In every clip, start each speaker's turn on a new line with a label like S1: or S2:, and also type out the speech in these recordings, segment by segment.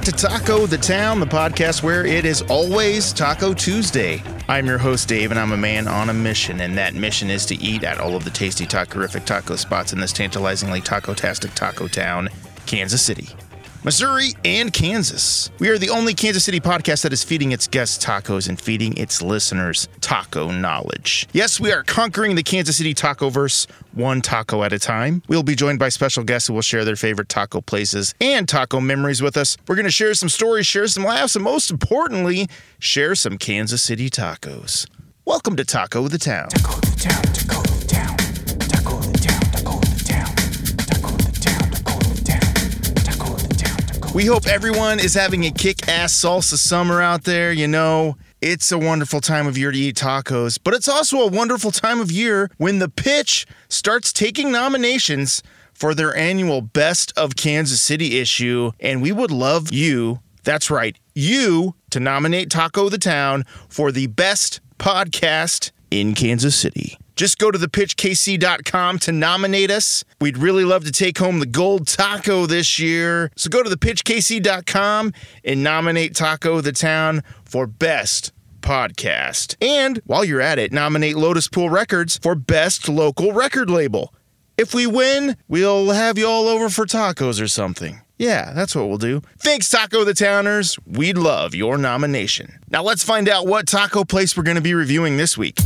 S1: Taco the Town, the podcast where it is always Taco Tuesday. I'm your host, Dave, and I'm a man on a mission, and that mission is to eat at all of the tasty, tacorific taco spots in this tantalizingly taco-tastic taco town, Kansas City. Missouri, and Kansas. We are the only Kansas City podcast that is feeding its guests tacos and feeding its listeners taco knowledge. Yes, we are conquering the Kansas City tacoverse one taco at a time. We'll be joined by special guests who will share their favorite taco places and taco memories with us. We're going to share some stories, share some laughs, and most importantly, share some Kansas City tacos. Welcome to Taco the Town.
S2: Taco the town, taco the town, taco the town, taco the town, taco the town, taco the town, taco the town, taco.
S1: We hope everyone is having a kick ass salsa summer out there. You know, it's a wonderful time of year to eat tacos, but it's also a wonderful time of year when the pitch starts taking nominations for their annual Best of Kansas City issue. And we would love you, that's right, you, to nominate Taco the Town for the best podcast in Kansas City. Just go to thepitchkc.com to nominate us. We'd really love to take home the gold taco this year. So go to thepitchkc.com and nominate Taco the Town for best podcast. And while you're at it, nominate Lotus Pool Records for best local record label. If we win, we'll have you all over for tacos or something. Yeah, that's what we'll do. Thanks, Taco the Towners. We'd love your nomination. Now let's find out what taco place we're going to be reviewing this week.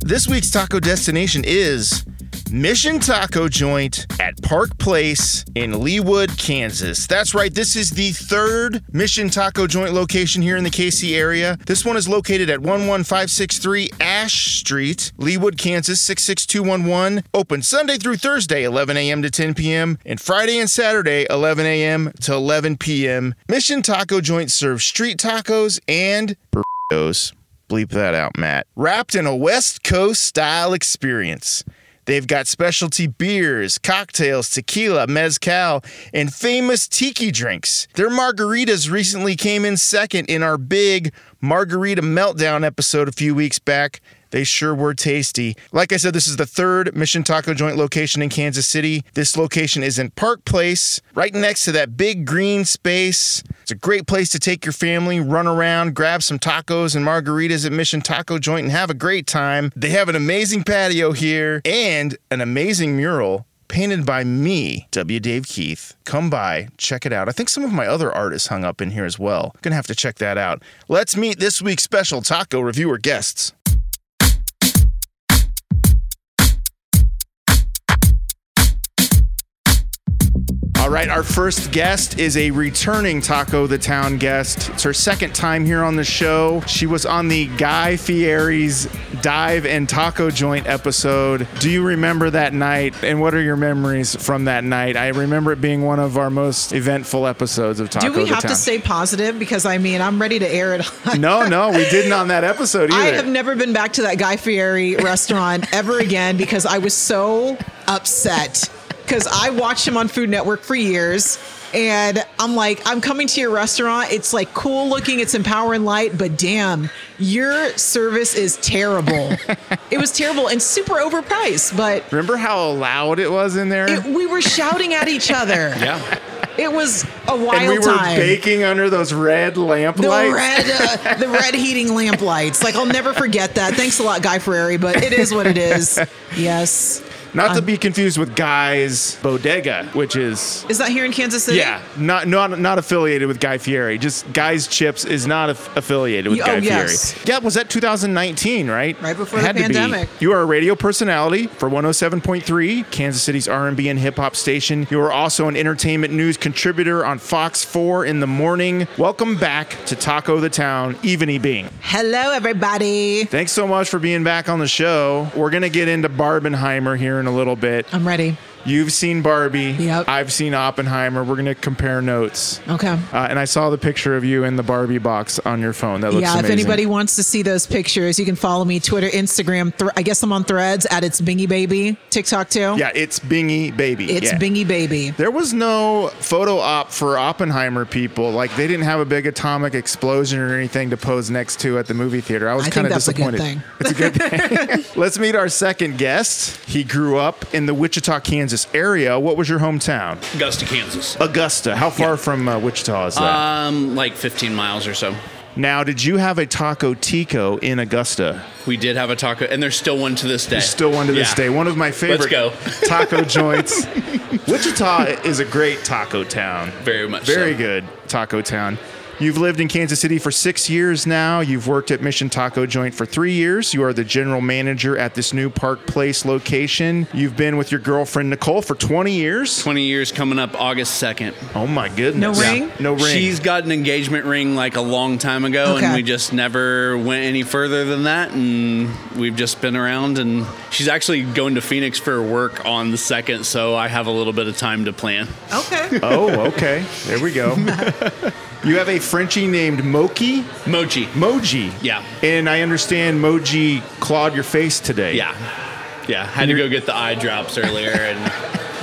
S1: This week's taco destination is Mission Taco Joint at Park Place in Leawood, Kansas. That's right, this is the third Mission Taco Joint location here in the KC area. This one is located at 11563 Ash Street, Leawood, Kansas 66211. Open Sunday through Thursday, 11 a.m. to 10 p.m., and Friday and Saturday, 11 a.m. to 11 p.m. Mission Taco Joint serves street tacos and burritos. Bleep that out, Matt. Wrapped in a West Coast style experience. They've got specialty beers, cocktails, tequila, mezcal, and famous tiki drinks. Their margaritas recently came in second in our big margarita meltdown episode a few weeks back. They sure were tasty. Like I said, this is the third Mission Taco Joint location in Kansas City. This location is in Park Place, right next to that big green space. It's a great place to take your family, run around, grab some tacos and margaritas at Mission Taco Joint, and have a great time. They have an amazing patio here and an amazing mural. Painted by me, W. Dave Keith. Come by, check it out. I think some of my other art is hung up in here as well. Gonna have to check that out. Let's meet this week's special taco reviewer guests. All right, our first guest is a returning Taco the Town guest. It's her second time here on the show. She was on the Guy Fieri's Dive and Taco Joint episode. Do you remember that night and what are your memories from that night? I remember it being one of our most eventful episodes of Taco
S3: Do we
S1: the
S3: have
S1: Town.
S3: to stay positive? Because I mean, I'm ready to air it. On.
S1: no, no, we didn't on that episode either.
S3: I have never been back to that Guy Fieri restaurant ever again because I was so upset. Because I watched him on Food Network for years. And I'm like, I'm coming to your restaurant. It's like cool looking, it's empowering light, but damn, your service is terrible. it was terrible and super overpriced, but
S1: Remember how loud it was in there?
S3: it, we were shouting at each other.
S4: Yeah.
S3: It was a wild
S1: and we were
S3: time.
S1: baking under those red lamp
S3: The
S1: lights.
S3: red, uh, the red heating lamp lights. Like I'll never forget that. Thanks a lot, Guy Ferrari. But it is what it is. Yes.
S1: Not to be confused with Guy's Bodega, which is
S3: Is that here in Kansas City?
S1: Yeah, not not not affiliated with Guy Fieri. Just Guy's Chips is not aff- affiliated with
S3: Oh,
S1: Guy
S3: yes.
S1: Fieri. Yeah, was that 2019, right?
S3: Right before the
S1: Had to be.
S3: pandemic.
S1: You are a radio personality for 107.3, Kansas City's R&B and hip hop station. You are also an entertainment news contributor on Fox 4 in the morning. Welcome back to Taco the Town, Eveny Bing.
S3: Hello, everybody.
S1: Thanks so much for being back on the show. We're going to get into Barbenheimer here in a little bit.
S3: I'm ready.
S5: You've seen Barbie.
S3: Yep. Oh.
S5: I've seen Oppenheimer. We're gonna compare notes.
S3: Okay.
S5: Uh, and I saw the picture of you in the Barbie box on your phone. That looks
S3: yeah, if
S5: amazing.
S3: anybody wants to see those pictures, you can follow me Twitter, Instagram. Thr I guess I'm on Threads at it's Bingy Baby, TikTok too.
S5: Yeah, it's Bingy Baby.
S3: it's
S5: yeah.
S3: Bingy Baby.
S5: There was no photo op for Oppenheimer people. Like they didn't have a big atomic explosion or anything to pose next to at the movie theater. I was
S3: I think
S5: kind of
S3: that's a good thing.
S5: disappointed. It's a good thing. Let's meet our second guest. He grew up in the Wichita, Kansas area. What was your hometown?
S4: Augusta, Kansas.
S5: Augusta. How far from uh, Wichita is that?
S4: Um, like 15 miles or so.
S5: now, did you have a taco tico in Augusta?
S4: We did have a taco, and there's still one to this day.
S5: There's still one to this
S4: Eh, Yeah.
S5: day. One of my favorite
S4: go.
S5: taco joints. Wichita is a great taco town.
S4: Very much
S5: Very
S4: so.
S5: good taco town. You've lived in Kansas City for six years now. You've worked at Mission Taco Joint for three years. You are the general manager at this new Park Place location. You've been with your girlfriend Nicole for 20 years.
S4: 20 years coming up August 2nd.
S5: Oh my goodness.
S3: No ring?
S5: No ring.
S4: She's got an engagement ring like a long time ago,
S3: Okay.
S4: and we just never went any further than that. And we've just been around, and she's actually going to Phoenix for work on the 2nd, so I have a little bit of time to plan.
S3: Okay.
S5: oh, okay. There we go. you have a Frenchie named Moki.
S4: Mochi.
S5: Moji.
S4: Yeah.
S5: And I understand Moji clawed your face today.
S4: Yeah. Yeah. Had to go get the eye drops earlier, and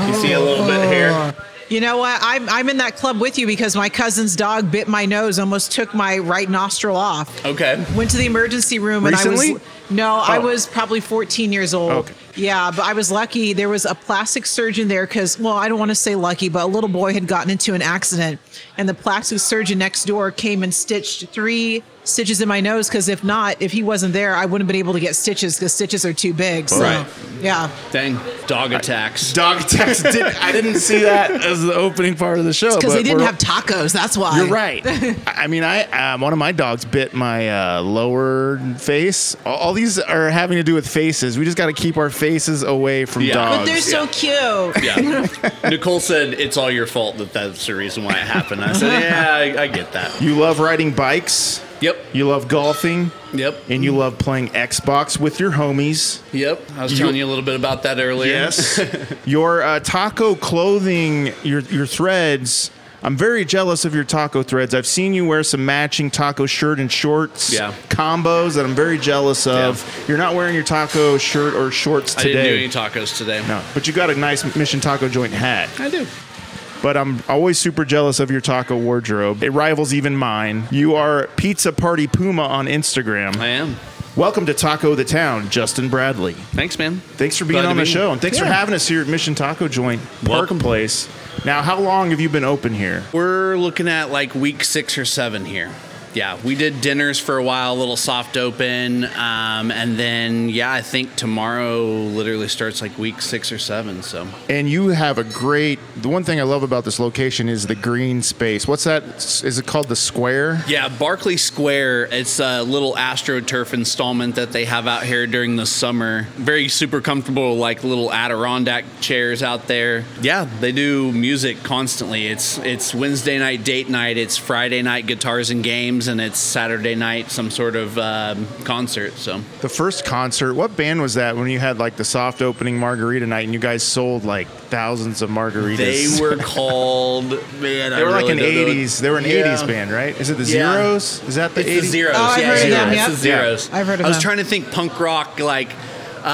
S4: you see a little bit here.
S3: You know what? I'm I'm in that club with you because my cousin's dog bit my nose, almost took my right nostril off.
S4: Okay.
S3: Went to the emergency room and I
S5: Recently?
S3: was no, I
S5: Oh.
S3: was probably 14 years old.
S5: Okay.
S3: Yeah, but I was lucky. There was a plastic surgeon there because, well, I don't want to say lucky, but a little boy had gotten into an accident, and the plastic surgeon next door came and stitched three stitches in my nose because if not, if he wasn't there, I wouldn't have been able to get stitches because stitches are too big. So,
S4: Right.
S5: Uh,
S3: Yeah.
S4: Dang. Dog attacks.
S5: Dog attacks. Did, I didn't see that as the opening part of the show.
S3: Because they
S5: but
S3: didn't
S5: we're-
S3: have tacos. That's why.
S5: You're right. I I mean, I um, one of my dogs bit my uh, lower face. All, all these are having to do with faces. We just got to keep our faces away from
S4: Yeah.
S5: dogs.
S3: But they're so cute.
S4: Yeah. Nicole said it's all your fault that that's the reason why it happened. I said, yeah, I, I get that.
S5: you love riding bikes.
S4: Yep.
S5: You love golfing.
S4: Yep.
S5: And you love playing Xbox with your homies.
S4: Yep. I was telling you a little bit about that earlier.
S5: your uh, taco clothing, your your threads. I'm very jealous of your taco threads. I've seen you wear some matching taco shirt and shorts
S4: Yeah.
S5: combos that I'm very jealous of. You're not wearing your taco shirt or shorts
S4: I
S5: today.
S4: didn't do any tacos today.
S5: no, but you got a nice Mission Taco Joint hat.
S4: I do.
S5: But I'm always super jealous of your taco wardrobe. It rivals even mine. You are Pizza Party Puma on Instagram.
S4: I am.
S5: Welcome to Taco the Town, Justin Bradley.
S4: Thanks, man.
S5: Thanks for being
S4: Glad to
S5: on the
S4: be
S5: show,
S4: here.
S5: and thanks for
S4: Yeah.
S5: having us here at Mission Taco Joint Park
S4: Welcome.
S5: Place. Now, how long have you been open here?
S4: We're looking at like week six or seven here. Yeah, we did dinners for a while, a little soft open, um, and then yeah, I think tomorrow literally starts like week six or seven. So
S5: And you have a great. The one thing I love about this location is the green space. What's that? S- Is it called the square?
S4: Yeah, Barclay Square. It's a little AstroTurf installment that they have out here during the summer. Very super comfortable, like little Adirondack chairs out there. Yeah, they do music constantly. It's it's Wednesday night date night. It's Friday night guitars and games, and it's Saturday night some sort of um, concert. So
S5: The first concert. What band was that? When you had like the soft opening margarita night, and you guys sold like thousands of margaritas.
S4: they were called man.
S5: They were like an '80s. They were an '80s band, right? Is it the
S4: Yeah.
S5: Zeros? Is that the
S4: It's
S5: 80s?
S4: the zeros.
S3: Oh, I've
S4: yeah,
S3: heard of
S4: yeah,
S3: them,
S4: It's
S3: yep.
S4: the zeros.
S3: Yeah. I've heard of
S4: I was
S3: them.
S4: trying to think punk rock, like,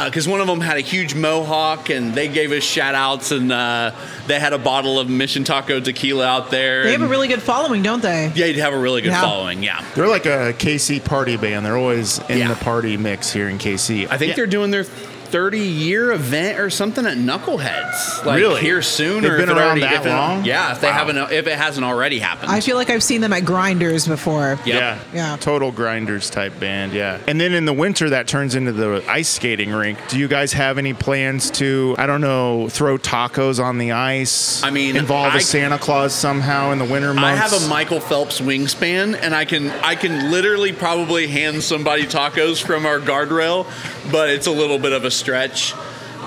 S4: because one of them had a huge mohawk and they gave us shout outs and uh, they had a bottle of Mission Taco tequila out there.
S3: They have a
S4: and-
S3: really good following, don't they?
S4: yeah, you'd have a really good
S3: Yeah.
S4: following, yeah.
S5: They're like a KC party band. They're always in
S4: Yeah.
S5: the party mix here in KC.
S4: I think
S5: Yeah.
S4: they're doing their 30 year event or something at Knuckleheads. Like
S5: Really?
S4: here soon
S5: They've
S4: or
S5: been
S4: if it
S5: around
S4: already,
S5: that
S4: if it-
S5: long?
S4: yeah, if they
S5: Wow.
S4: haven't if it hasn't already happened.
S3: I feel like I've seen them at Grinders before.
S4: Yep.
S5: Yeah.
S3: Yeah.
S5: Total grinders type band. Yeah. And then in the winter, that turns into the ice skating rink. Do you guys have any plans to, I don't know, throw tacos on the ice?
S4: I mean,
S5: involve a
S4: I-
S5: Santa Claus somehow in the winter
S4: I
S5: months?
S4: have a Michael Phelps wingspan, and I can I can literally probably hand somebody tacos from our guardrail, but it's a little bit of a stretch.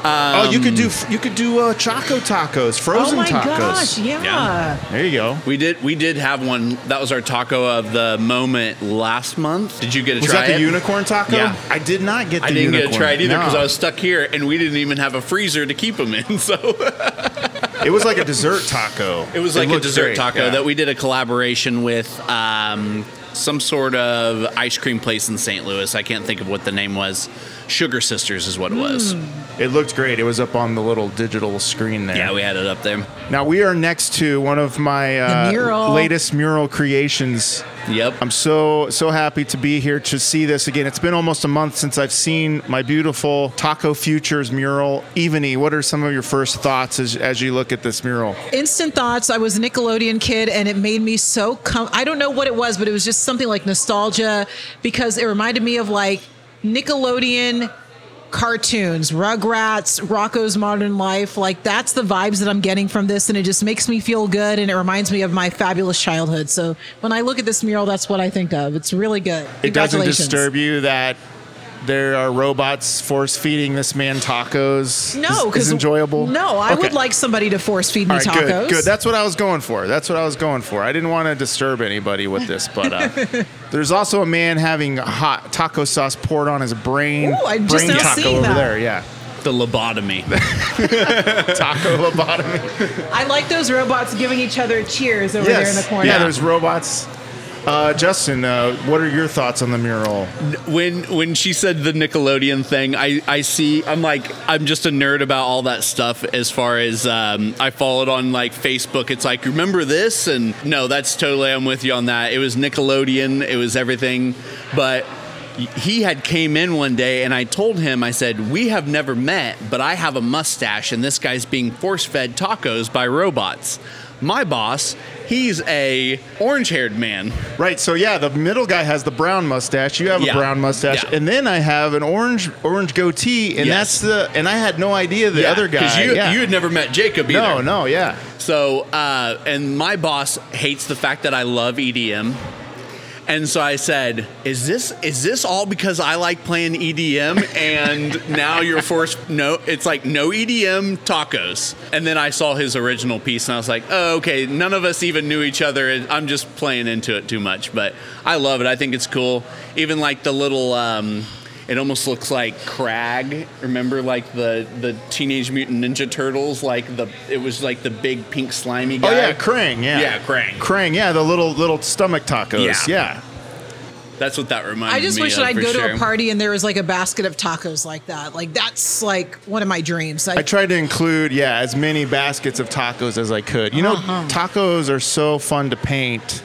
S5: oh, you
S4: um,
S5: could do you could do uh, choco tacos,
S3: Oh
S5: frozen
S3: my
S5: tacos.
S3: gosh, yeah.
S4: Yeah.
S5: There you go.
S4: We did we did have one. That was our taco of the moment last month. Did you get to
S5: Was
S4: try
S5: that the
S4: it?
S5: unicorn taco?
S4: Yeah.
S5: I did not get the
S4: I didn't
S5: unicorn.
S4: get to try it either because
S5: No.
S4: I was stuck here and we didn't even have a freezer to keep them in. So
S5: It was like a dessert taco.
S4: it was like a
S5: looked
S4: dessert
S5: great,
S4: taco
S5: yeah.
S4: that we did a collaboration with um, some sort of ice cream place in St. Louis. I can't think of what the name was. Sugar Sisters is what it was.
S5: It looked great. It was up on the little digital screen there.
S4: Yeah, we had it up there.
S5: now we are next to one of my uh,
S3: mural.
S5: latest mural creations.
S4: Yep.
S5: I'm so so happy to be here to see this again. It's been almost a month since I've seen my beautiful Taco Futures mural. Evany, what are some of your first thoughts as, as you look at this mural?
S3: Instant thoughts. I was a Nickelodeon kid, and it made me so com- I don't know what it was, but it was just something like nostalgia because it reminded me of like Nickelodeon cartoons, Rugrats, Rocco's Modern Life. Like that's the vibes that I'm getting from this, and it just makes me feel good, and it reminds me of my fabulous childhood. So when I look at this mural, that's what I think of. It's really good.
S5: It doesn't
S3: Congratulations.
S5: disturb you that there are robots force feeding this man tacos.
S3: No,
S5: is,
S3: because
S5: is enjoyable.
S3: No, I would
S5: Okay.
S3: like somebody to force feed me
S5: All right,
S3: tacos.
S5: good, good. That's what I was going for. That's what I was going for. I didn't want to disturb anybody with this, but uh, there's also a man having hot taco sauce poured on his brain.
S3: Ooh, I just
S5: brain
S3: now
S5: taco
S3: seen
S5: over
S3: that.
S5: there. Yeah,
S4: the lobotomy.
S5: taco lobotomy.
S3: I like those robots giving each other cheers over there in the corner.
S5: Yeah, there's robots. Uh, Justin, uh, what are your thoughts on the mural?
S4: when when she said the Nickelodeon thing, I I see. I'm like I'm just a nerd about all that stuff. As far as um, I follow it on like Facebook, it's like remember this and no, that's totally. I'm with you on that. It was Nickelodeon. It was everything, but. He had came in one day and I told him I said we have never met but I have a mustache and this guy's being force fed tacos by robots. My boss, he's a orange-haired man.
S5: Right, so yeah, the middle guy has the brown mustache. You have
S4: Yeah.
S5: a brown mustache,
S4: Yeah.
S5: and then I have an orange orange goatee, and that's
S4: Yes.
S5: the. And I had no idea the other guy.
S4: Cuz you
S5: yeah.
S4: you had never met Jacob either.
S5: no, no, yeah.
S4: So, uh, and my boss hates the fact that I love E EDM. And so I said, "Is this is this all because I like playing EDM and now you're forced no it's like no EDM tacos." And then I saw his original piece and I was like, "Oh, okay, none of us even knew each other. and I'm just playing into it too much, but I love it. I think it's cool. Even like the little um it almost looks like Crag. Remember, like the the Teenage Mutant Ninja Turtles, like the it was like the big pink slimy guy.
S5: Oh yeah, Krang. Yeah,
S4: Yeah, Krang.
S5: Krang. Yeah, the little little stomach tacos. Yeah,
S4: Yeah. That's what that reminded me.
S3: I just wish
S4: of,
S3: that I'd
S4: for
S3: go
S4: sure.
S3: to a party and there was like a basket of tacos like that. Like that's like one of my dreams. I,
S5: I tried to include yeah as many baskets of tacos as I could. You know,
S3: Uh-huh.
S5: tacos are so fun to paint.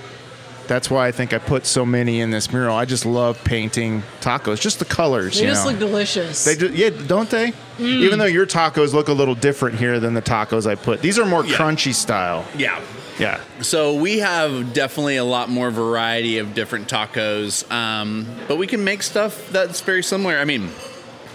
S5: That's why I think I put so many in this mural. I just love painting tacos, just the colors.
S3: they
S5: you
S3: just
S5: know.
S3: look Mm. delicious.
S5: They do, yeah, don't they? Even though your tacos look a little different here than the tacos I put. These are more
S4: Yeah.
S5: crunchy style.
S4: Yeah.
S5: Yeah.
S4: So we have definitely a lot more variety of different tacos, um, but we can make stuff that's very similar. I mean,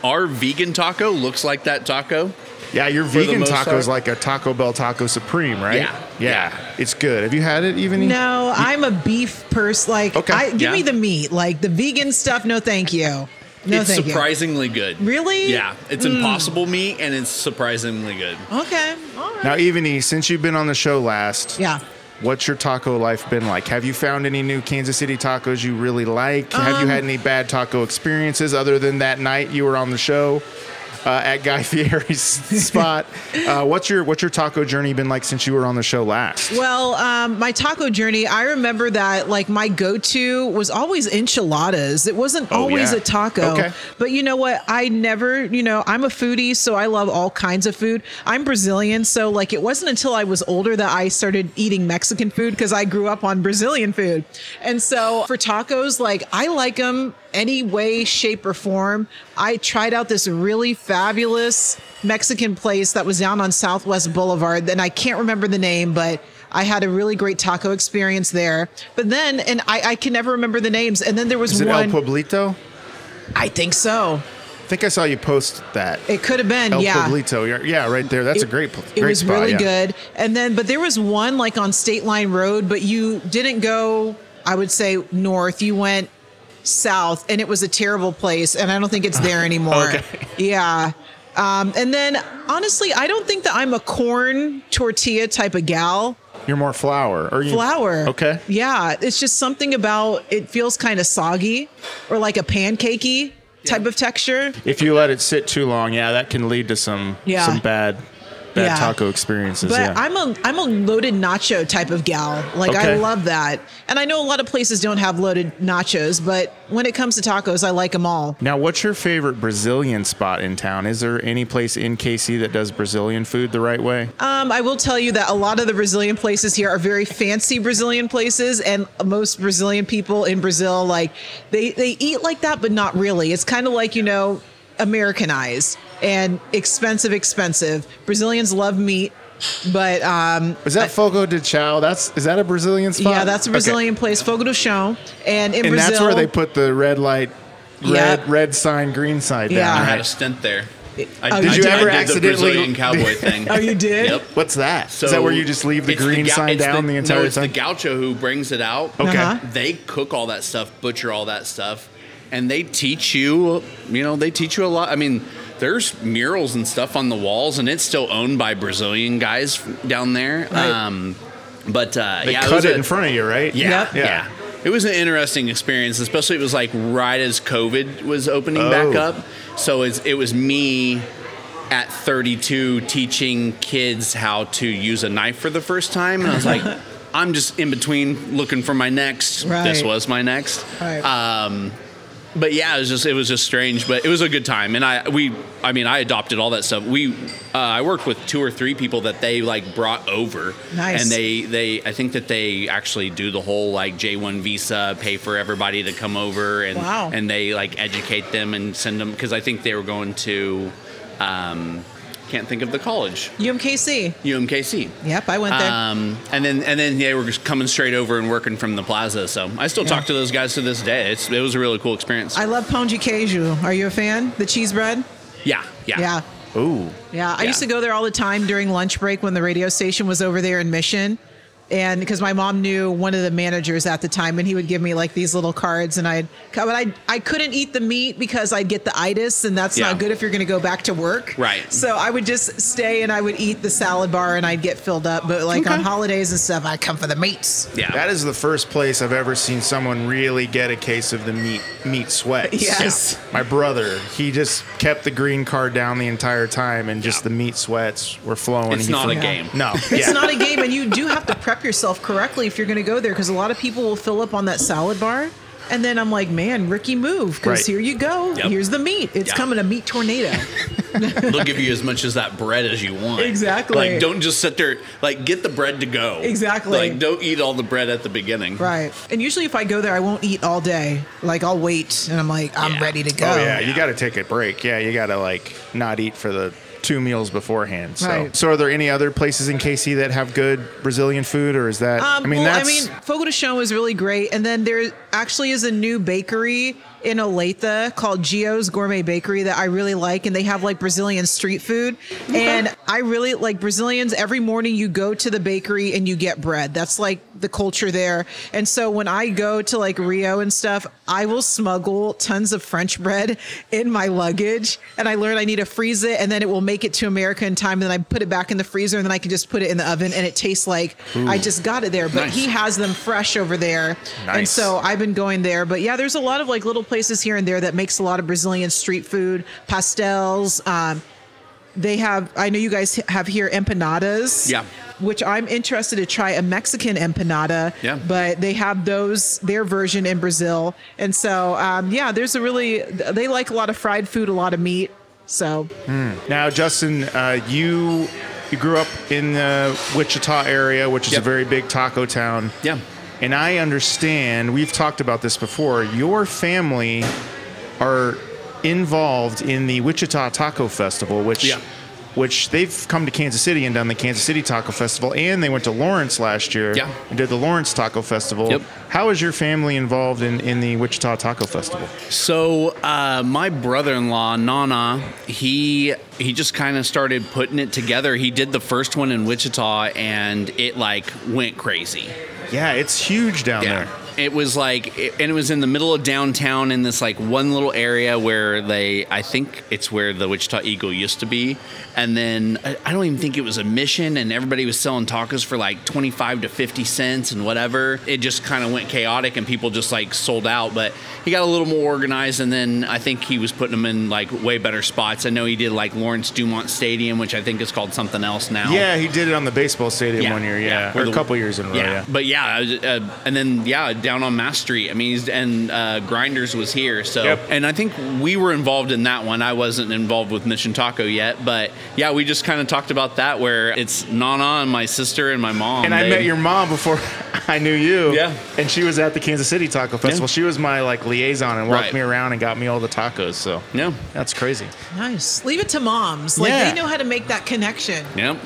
S4: our vegan taco looks like that taco.
S5: Yeah, your
S4: the
S5: vegan
S4: most
S5: taco is
S4: part.
S5: like a Taco Bell Taco Supreme, right?
S4: Yeah.
S5: Yeah. It's good. Have you had it, even?
S3: no, I'm a beef person. Like,
S5: Okay.
S3: I, give
S4: Yeah.
S3: me the meat. Like the vegan stuff. No, thank you. No,
S4: it's
S3: thank
S4: surprisingly good.
S3: Really? Mm.
S4: Yeah. It's impossible meat, and it's surprisingly good.
S3: you. Okay. All right.
S5: Now, Evany, since you've been on the show last,
S3: yeah.
S5: what's your taco life been like? Have you found any new Kansas City tacos you really like? Have you had
S3: Um,
S5: any bad taco experiences other than that night you were on the show uh, at Guy Fieri's spot? Uh, what's your what's your taco journey been like since you were on the show last?
S3: Well, um, my taco journey, I remember that like my go to was always enchiladas. It wasn't
S5: Oh,
S3: always
S5: yeah.
S3: a taco.
S5: Okay.
S3: But you know what? I never, you know, I'm a foodie, so I love all kinds of food. I'm Brazilian, so like it wasn't until I was older that I started eating Mexican food because I grew up on Brazilian food. And so for tacos, like I like them any way, shape, or form. I tried out this really fabulous Mexican place that was down on Southwest Boulevard, and I can't remember the name, but I had a really great taco experience there. But then, and I, I can never remember the names. And then there was
S5: Is it El
S3: one.
S5: Pueblito?
S3: I think so.
S5: I think I saw you post that.
S3: It could have been,
S5: El
S3: yeah.
S5: Pueblito. You're- Yeah, right there. That's a great pl-
S3: It
S5: great
S3: was
S5: spot,
S3: really
S5: yeah.
S3: good. And then, but there was one like on State Line Road, but you didn't go, I would say, north. You went south, and it was a terrible place. And I don't think it's there anymore.
S5: Okay.
S3: Yeah. Um, and then honestly, I don't think that I'm a corn tortilla type of gal.
S5: You're more flour. Are you
S3: Flour.
S5: Mm. Okay.
S3: Yeah. It's just something about it feels kind of soggy or like a pancakey type of texture.
S5: If you let it sit too long, yeah, that can lead to some
S3: Yeah.
S5: some bad bad
S3: Yeah.
S5: taco experiences.
S3: But
S5: yeah.
S3: I'm a I'm a loaded nacho type of gal. Like I
S5: Okay.
S3: love that. And I know a lot of places don't have loaded nachos, but when it comes to tacos, I like them all.
S5: now, what's your favorite Brazilian spot in town? Is there any place in KC that does Brazilian food the right way?
S3: Um, I will tell you that a lot of the Brazilian places here are very fancy Brazilian places, and most Brazilian people in Brazil like they they eat like that, but not really. It's kind of like you know Americanized and expensive, expensive. Brazilians love meat, but um,
S5: Is that Fogo de Chao? That's is that a Brazilian spot?
S3: yeah, that's a
S5: Okay.
S3: Brazilian place, Fogo do Chão, and in
S5: And
S3: Brazil
S5: that's where they put the red light, red
S3: Yeah.
S5: red sign, green sign down.
S3: Yeah.
S4: I had
S5: right?
S4: a stint there.
S3: Oh,
S4: I,
S3: Did you
S5: ever
S4: I did the
S5: accidentally-
S4: Brazilian cowboy thing?
S3: Oh, you did?
S4: Yep.
S5: What's that? Is that where you just leave the
S4: it's
S5: green
S4: gau-
S5: sign
S4: it's
S5: down the, entire
S4: no, it's
S5: time?
S4: the gaucho who brings it out.
S5: okay.
S3: Uh-huh.
S4: They cook all that stuff, butcher all that stuff, and they teach you. You know, they teach you a lot. I mean, there's murals and stuff on the walls, and it's still owned by Brazilian guys down there. Um, but uh,
S5: They
S4: yeah,
S5: cut
S4: was
S5: it
S4: a-
S5: in front of you, right?
S4: yeah,
S5: Yeah.
S4: yeah. It was an interesting experience, especially it was like right as COVID was opening back
S5: Oh.
S4: up. So it's, it was me at 32 teaching kids how to use a knife for the first time. And I was like, I'm just in between looking for my next. This
S3: Right.
S4: was my next.
S3: Right.
S4: Um, but yeah, it was just it was just strange, but it was a good time, and I we I mean I adopted all that stuff. We uh, I worked with two or three people that they like brought over,
S3: Nice.
S4: and they they I think that they actually do the whole like J one visa, pay for everybody to come over, and
S3: Wow.
S4: and they like educate them and send them because I think they were going to, um, can't think of the college
S3: UMKC.
S4: UMKC.
S3: Yep, I went there.
S4: Um, and then and then they were just coming straight over and working from the plaza. So I still talk to those guys to this day. It's, it was a really cool experience.
S3: I love pão de queijo. Are you a fan? The cheese bread?
S4: Yeah, yeah.
S3: Yeah.
S5: Ooh.
S3: Yeah, I
S4: Yeah.
S3: used to go there all the time during lunch break when the radio station was over there in Mission. And because my mom knew one of the managers at the time, and he would give me like these little cards, and I'd come, and I I couldn't eat the meat because I'd get the itis, and that's
S4: Yeah.
S3: not good if you're going to go back to work.
S4: Right.
S3: So I would just stay and I would eat the salad bar, and I'd get filled up. But like on holidays and stuff, I come for the meats.
S4: Yeah.
S5: That is the first place I've ever seen someone really get a case of the meat meat sweats.
S3: Yes.
S5: My brother, he just kept the green card down the entire time, and just
S4: Yeah.
S5: the meat sweats were flowing.
S4: It's
S5: He
S4: not a
S5: forgot-
S4: game.
S5: No,
S3: It's
S5: yeah.
S3: not a game, and you do have to prep yourself correctly if you're going to go there because a lot of people will fill up on that salad bar. And then I'm like, man, Ricky, move because
S5: Right.
S3: here you go.
S4: Yep.
S3: Here's the meat. It's
S4: Yeah.
S3: coming a meat tornado.
S4: They'll give you as much as that bread as you want.
S3: Exactly.
S4: Like, don't just sit there. Like, get the bread to go.
S3: Exactly.
S4: Like, don't eat all the bread at the beginning.
S3: right. And usually, if I go there, I won't eat all day. Like, I'll wait and I'm like, I'm
S4: Yeah.
S3: ready to go.
S5: Oh yeah, you got to take a break. Yeah, you got to like not eat for the two meals beforehand. So,
S3: Right.
S5: so are there any other places in KC that have good Brazilian food, or is that?
S3: Um,
S5: I mean,
S3: well,
S5: that's.
S3: I mean, Fogo de Chão is really great. And then there actually is a new bakery in Olathe called Gio's Gourmet Bakery that I really like. And they have like Brazilian street food. And I really like Brazilians. Every morning you go to the bakery and you get bread. That's like the culture there. And so when I go to like Rio and stuff, I will smuggle tons of French bread in my luggage. And I learn I need to freeze it and then it will make it to America in time. And then I put it back in the freezer and then I can just put it in the oven and it tastes like I just got it there. But
S4: Nice.
S3: he has them fresh over there. And
S5: Nice.
S3: so I've been going there. But yeah, there's a lot of like little places here and there that makes a lot of Brazilian street food, pastels. Um, they have, I know you guys have here empanadas.
S4: Yeah.
S3: Which I'm interested to try a Mexican empanada.
S4: Yeah.
S3: But they have those, their version in Brazil. And so, um, yeah, there's a really, they like a lot of fried food, a lot of meat. So,
S5: Now, Justin, uh, you you grew up in the Wichita area, which is
S4: Yep.
S5: a very big taco town.
S4: Yeah.
S5: And I understand we've talked about this before. Your family are involved in the Wichita Taco Festival, which
S4: Yeah.
S5: which they've come to Kansas City and done the Kansas City Taco Festival, and they went to Lawrence last year
S4: Yeah.
S5: and did the Lawrence Taco Festival.
S4: Yep.
S5: How is your family involved in, in the Wichita Taco Festival?
S4: So uh, my brother-in-law Nana, he he just kind of started putting it together. He did the first one in Wichita, and it like went crazy.
S5: Yeah, it's huge down
S4: Yeah.
S5: there.
S4: It was like, it- and it was in the middle of downtown in this like one little area where they, I think it's where the Wichita Eagle used to be. And then I I don't even think it was a mission, and everybody was selling tacos for like 25 to 50 cents and whatever. It just kind of went chaotic and people just like sold out. But he got a little more organized, and then I think he was putting them in like way better spots. I know he did like Lawrence Dumont Stadium, which I think is called something else now.
S1: Yeah, he did it on the baseball stadium one year, yeah,
S4: Or
S1: or
S4: the-
S1: a couple years in a row, yeah.
S4: But yeah, I was, uh, and then yeah, down on Mass Street. I mean, he's, and uh, Grinders was here, so
S1: Yep.
S4: and I think we were involved in that one. I wasn't involved with Mission Taco yet, but yeah, we just kind of talked about that where it's Nana and my sister and my mom.
S1: And I
S4: They-
S1: met your mom before I knew you.
S4: Yeah.
S1: And she was at the Kansas City Taco Festival. She was my like liaison and walked
S4: Right.
S1: me around and got me all the tacos. So
S4: Yeah.
S1: that's crazy.
S3: Nice. Leave it to moms. Like
S1: Yeah.
S3: they know how to make that connection.
S4: Yep.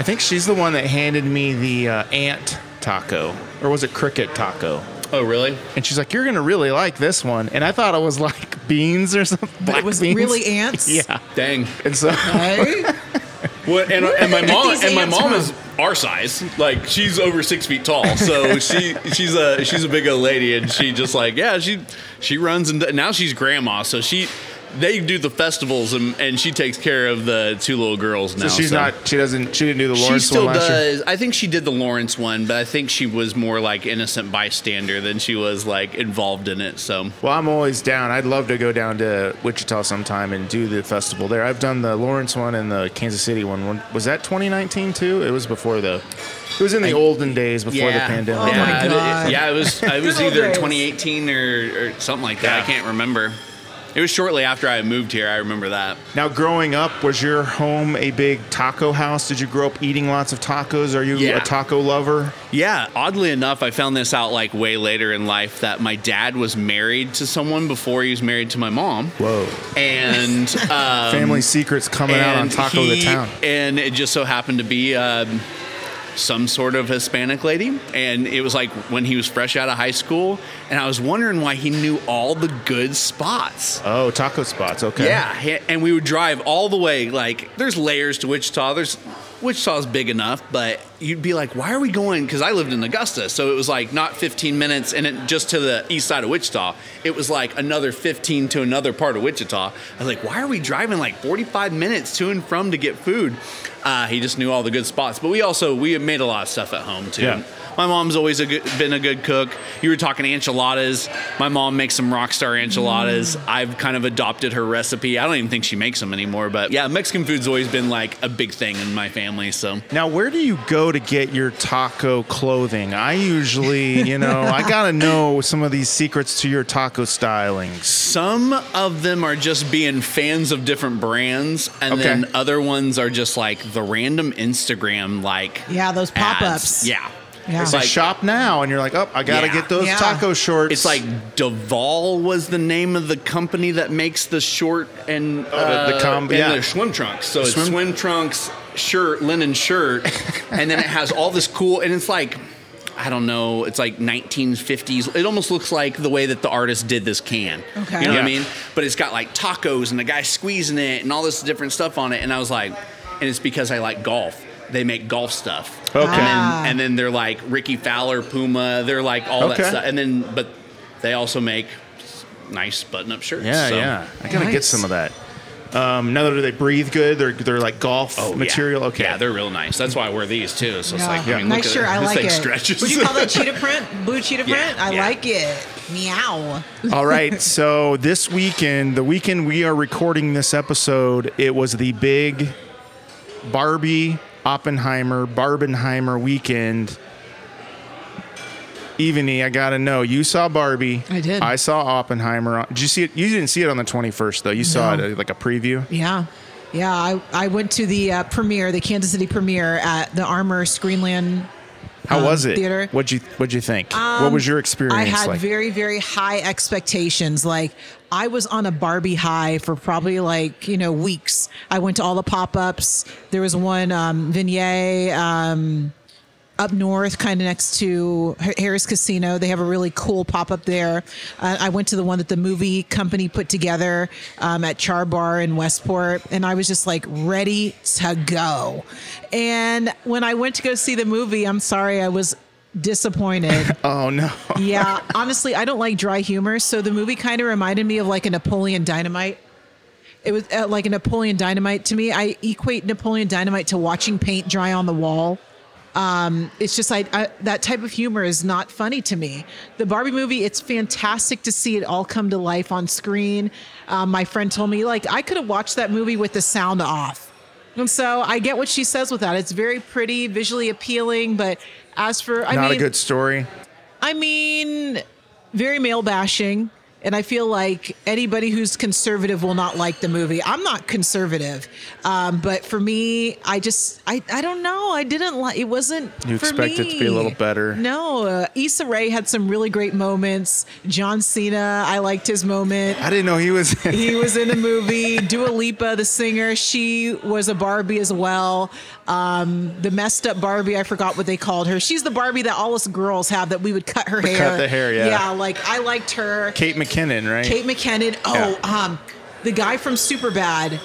S1: I think she's the one that handed me the uh, ant taco, or was it cricket taco?
S4: Oh really?
S1: And she's like, "You're gonna really like this one." And I thought it was like beans or something.
S3: But
S1: black
S3: it was
S1: beans.
S3: really ants.
S1: Yeah.
S4: Dang.
S1: And so
S3: Hey?
S4: What, and, uh, and my
S3: Get
S4: mom
S3: these
S4: and my
S3: ants
S4: mom
S3: from-
S4: is our size. Like she's over six feet tall, so she she's a she's a big old lady, and she just like yeah she she runs and d- now she's grandma, so she they do the festivals and, and she takes care of the two little girls now.
S1: so she's
S4: so.
S1: not. She doesn't. She didn't do the
S4: She
S1: Lawrence
S4: still
S1: one last year.
S4: does. I think she did the Lawrence one, but I think she was more like innocent bystander than she was like involved in it. So
S1: Well, I'm always down. I'd love to go down to Wichita sometime and do the festival there. I've done the Lawrence one and the Kansas City one. When- Was that 2019 too? It was before the. It was in the olden days before the pandemic.
S3: Oh my
S4: yeah, it- it-
S3: God.
S4: yeah, it was. It was
S3: Good old
S4: either
S3: days.
S4: 2018 or, or something like that. I
S1: Yeah.
S4: can't remember. It was shortly after I moved here. I remember that.
S1: Now, growing up, was your home a big taco house? Did you grow up eating lots of tacos? Are you
S4: Yeah.
S1: a taco lover?
S4: Yeah, oddly enough, I found this out like way later in life that my dad was married to someone before he was married to my mom.
S1: Whoa.
S4: And uh,
S1: Um, Family secrets coming out on
S4: and
S1: Taco the
S4: he-
S1: Town.
S4: And it just so happened to be um, some sort of Hispanic lady. And it was like when he was fresh out of high school. And I was wondering why he knew all the good spots.
S1: Oh, taco spots. Okay.
S4: Yeah, he- and we would drive all the way. Like, there's layers to Wichita. There's Wichita's big enough, but you'd be like, "Why are we going?" Because I lived in Augusta, so it was like not 15 minutes, and it just to the east side of Wichita. It was like another 15 to another part of Wichita. I was like, "Why are we driving like 45 minutes to and from to get food?" Uh, he just knew all the good spots. But we also we had made a lot of stuff at home too.
S1: Yeah.
S4: My mom's always a good, been a good cook. You were talking enchiladas. My mom makes some rock star enchiladas. I've kind of adopted her recipe. I don't even think she makes them anymore, but yeah, Mexican food's always been like a big thing in my family. So
S1: Now, where do you go to get your taco clothing? I usually, you know, I got to know some of these secrets to your taco stylings.
S4: some of them are just being fans of different brands, and
S1: Okay.
S4: then other ones are just like the random Instagram like
S3: Yeah, those
S4: ads.
S3: pop-ups.
S4: Yeah.
S3: Yeah.
S1: It's
S4: like-
S1: like shop now, and you're like, oh, I got to
S4: Yeah.
S1: get those
S3: Yeah.
S1: taco shorts.
S4: It's like Duval was the name of the company that makes the short and
S1: Oh,
S4: uh,
S1: the- the com-
S4: and
S1: yeah.
S4: the swim trunks. So it's
S1: Swim-
S4: swim trunks, shirt, linen shirt, and then it has all this cool and it's like I don't know, it's like 1950s. It almost looks like the way that the artist did this can.
S3: Okay.
S4: You know what I
S1: Yeah.
S4: mean? But it's got like tacos and the guy squeezing it and all this different stuff on it and I was like and it's because I like golf. They make golf stuff.
S1: Okay.
S4: And
S3: Ah.
S4: then, and then they're like Ricky Fowler, Puma, they're like all that
S1: Okay.
S4: stuff. And then, but they also make s- nice button-up shirts.
S1: yeah,
S4: so.
S1: yeah. I got to get
S3: Nice.
S1: some of that. Um, now, do they breathe good? They're, they're like golf
S4: Oh, yeah.
S1: material? Okay.
S4: Yeah, they're real nice. That's why I wear these too. So it's
S3: Yeah.
S4: like, I mean, look
S3: nice
S4: at
S3: shirt.
S4: it.
S3: I
S4: this
S3: like
S4: thing
S3: it.
S4: Stretches.
S3: Would you call that cheetah print? Blue cheetah
S4: Yeah,
S3: print? I
S4: yeah.
S3: like it. Meow.
S1: All right. So this weekend, the weekend we are recording this episode, it was the big Barbie Oppenheimer Barbenheimer weekend. Evany, I gotta know. You saw Barbie.
S3: I did.
S1: I saw Oppenheimer. on- Did you see it? You didn't see it on the twenty first though. You saw
S3: No.
S1: it uh, like a preview.
S3: Yeah. Yeah, I, I went to the uh, premiere, the Kansas City premiere at the Armor Screenland
S1: How
S3: um,
S1: was it?
S3: theater. Um,
S1: What'd you What'd you think? what was your experience
S3: I had
S1: like?
S3: very, very high expectations. Like I was on a Barbie high for probably like you know weeks. I went to all the pop ups. There was one um, Vignette um, up north, kind of next to Har- Harris Casino. They have a really cool pop up there. Uh, I went to the one that the movie company put together um, at Char Bar in Westport, and I was just like ready to go. And when I went to go see the movie, I'm sorry, I was disappointed.
S5: Oh no.
S3: yeah, honestly, I don't like dry humor, so the movie kind of reminded me of like a Napoleon Dynamite. It was uh, like a Napoleon Dynamite to me. I equate Napoleon Dynamite to watching paint dry on the wall. Um, it's just I, I that type of humor is not funny to me. The Barbie movie, it's fantastic to see it all come to life on screen. Um, my friend told me like I could have watched that movie with the sound off. And so I get what she says with that. It's very pretty, visually appealing, but as for I
S5: Not
S3: mean,
S5: a good story.
S3: I mean, very male bashing. And I feel like anybody who's conservative will not like the movie. I'm not conservative, um, but for me, I just I, I don't know. I didn't like it. Wasn't
S5: You
S3: for
S5: expect it to be a
S3: me.
S5: little better.
S3: No, uh, Issa Rae had some really great moments. John Cena, I liked his moment.
S5: I didn't know he was.
S3: He was in the movie. Dua Lipa, the singer, she was a Barbie as well. Um, the messed up Barbie, I forgot what they called her. She's the Barbie that all us girls have that we would cut her hair.
S5: the hair, yeah.
S3: Yeah, like I liked her.
S5: Kate McKinnon, right?
S3: Kate McKinnon. Oh, um, the guy from Superbad,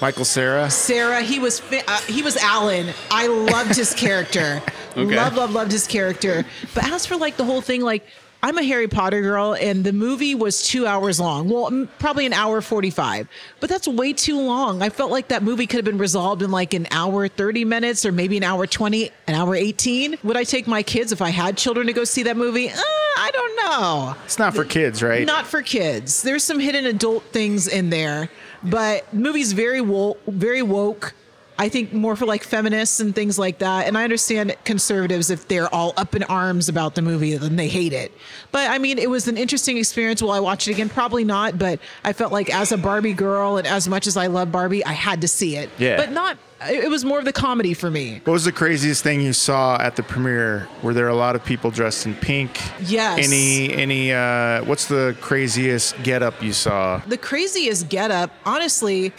S5: Michael Sarah.
S3: Sarah. He was fi- uh, he was Alan. I loved his character.
S4: Okay.
S3: Love, love, loved his character. But as for like the whole thing, like I'm a Harry Potter girl, and the movie was two hours long. Well, m- probably an hour forty-five, but that's way too long. I felt like that movie could have been resolved in like an hour thirty minutes, or maybe an hour twenty, an hour eighteen. Would I take my kids if I had children to go see that movie? Uh, I don't know.
S5: It's not for kids, right?
S3: Not for kids. There's some hidden adult things in there, but movie's very wo- very woke. I think more for like feminists and things like that. And I understand conservatives if they're all up in arms about the movie, then they hate it. But I mean, it was an interesting experience. Will I watch it again? Probably not. But I felt like as a Barbie girl and as much as I love Barbie, I had to see it.
S5: Yeah.
S3: But not. It it was more of the comedy for me.
S5: What was the craziest thing you saw at the premiere? Were there a lot of people dressed in pink?
S3: Yes.
S5: Any any uh what's the craziest getup you saw?
S3: the craziest getup, honestly.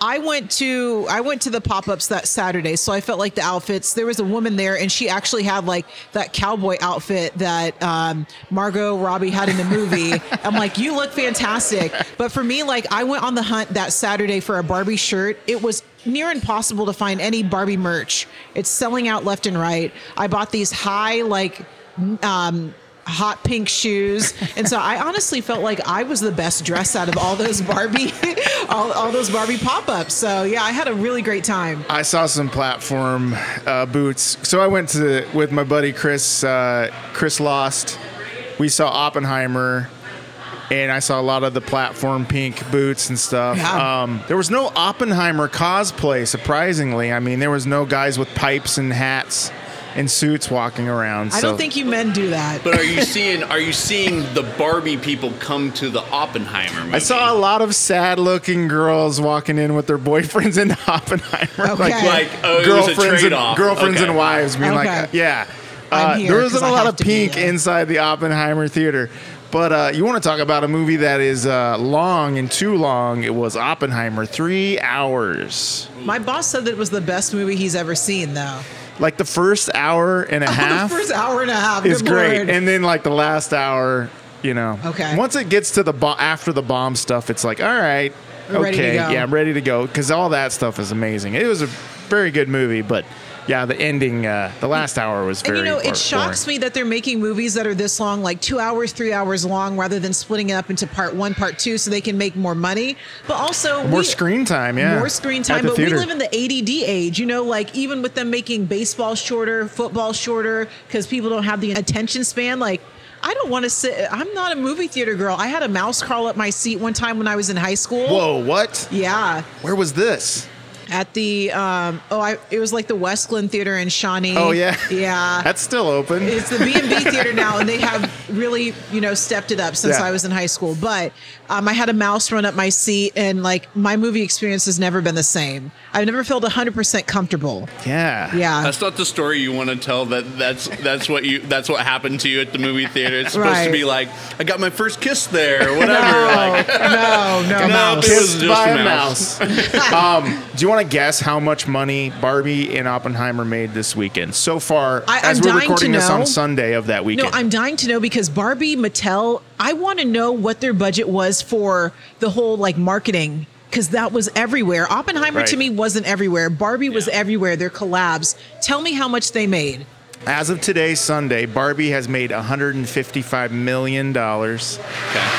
S3: I went to I went to the pop-ups that Saturday, so I felt like the outfits. There was a woman there, and she actually had like that cowboy outfit that um, Margot Robbie had in the movie. I'm like, you look fantastic. But for me, like I went on the hunt that Saturday for a Barbie shirt. It was near impossible to find any Barbie merch. It's selling out left and right. I bought these high like um, hot pink shoes. And so I honestly felt like I was the best dress out of all those Barbie, all, all those Barbie pop ups. So yeah, I had a really great time.
S5: I saw some platform uh, boots. So I went to with my buddy Chris. Uh, Chris lost. We saw Oppenheimer, and I saw a lot of the platform pink boots and stuff.
S3: Yeah.
S5: Um, there was no Oppenheimer cosplay. Surprisingly, I mean, there was no guys with pipes and hats and suits walking around.
S3: I
S5: so-
S3: don't think you men do that.
S4: But are you seeing are you seeing the Barbie people come to the Oppenheimer movie?
S5: I saw a lot of sad-looking girls walking in with their boyfriends in Oppenheimer.
S3: Okay.
S1: uh,
S4: like oh, it was a
S5: girlfriends and
S4: trade-off.
S5: girlfriends
S4: Okay.
S5: and wives. I mean,
S3: Okay.
S5: like, yeah.
S3: I'm
S5: Uh,
S3: here
S5: there
S3: 'cause
S5: wasn't
S3: I
S5: a lot
S3: have
S5: of
S3: to be
S5: pink
S3: there.
S5: inside the Oppenheimer theater, but uh, you want to talk about a movie that is uh, long and too long? It was Oppenheimer, three hours.
S3: My boss said that it was the best movie he's ever seen, though.
S5: Like the first hour and a half
S3: the first hour and a half
S5: is
S3: good
S5: great,
S3: Lord.
S5: and then like the last hour, you know.
S3: Okay.
S5: Once it gets to the bo- after the bomb stuff, it's like, all right,
S3: We're ready to
S5: okay,
S3: go.
S5: yeah, I'm ready to go because all that stuff is amazing. It was a very good movie, but yeah, the ending, uh, the last hour was
S3: and
S5: very.
S3: you know, it shocks me that they're making movies that are this long, like two hours, three hours long, rather than splitting it up into part one, part two, so they can make more money. But also,
S5: More
S3: we-
S5: screen time, yeah.
S3: more screen
S5: At
S3: time.
S5: the
S3: But
S5: theater.
S3: we live in the ADD age, you know, like even with them making baseball shorter, football shorter, because people don't have the attention span. Like, I don't want to sit. I'm not a movie theater girl. I had a mouse crawl up my seat one time when I was in high school.
S5: Whoa, what?
S3: Yeah,
S5: Where was this?
S3: at the um, oh, I it was like the Westland Theater in Shawnee.
S5: Oh yeah,
S3: yeah.
S5: That's still open.
S3: it's the B&B theater now and they have really you know stepped it up since
S5: Yeah.
S3: I was in high school but um, I had a mouse run up my seat and like my movie experience has never been the same I've never felt 100% comfortable
S5: yeah.
S3: yeah
S4: That's not the story you want to tell. That that's that's what you that's what happened to you at the movie theater. It's supposed
S3: Right.
S4: to be like I got my first kiss there, or whatever.
S3: no,
S4: Like,
S3: no, no,
S4: No,
S3: mouse.
S4: It was
S5: Kissed
S4: just
S5: by
S4: a
S5: a
S4: mouse.
S5: mouse. um, do you want to guess how much money Barbie and Oppenheimer made this weekend so far?
S3: I-
S5: as
S3: I'm
S5: we're
S3: dying to
S5: recording this
S3: know.
S5: on Sunday of that
S3: No,
S5: weekend.
S3: I'm dying to know because Barbie Mattel, I want to know what their budget was for the whole like marketing because that was everywhere. Oppenheimer to
S5: Right.
S3: me wasn't everywhere. Barbie was
S4: Yeah.
S3: everywhere. Their collabs. Tell me how much they made.
S5: As of today, Sunday, Barbie has made $155 million.
S4: Okay.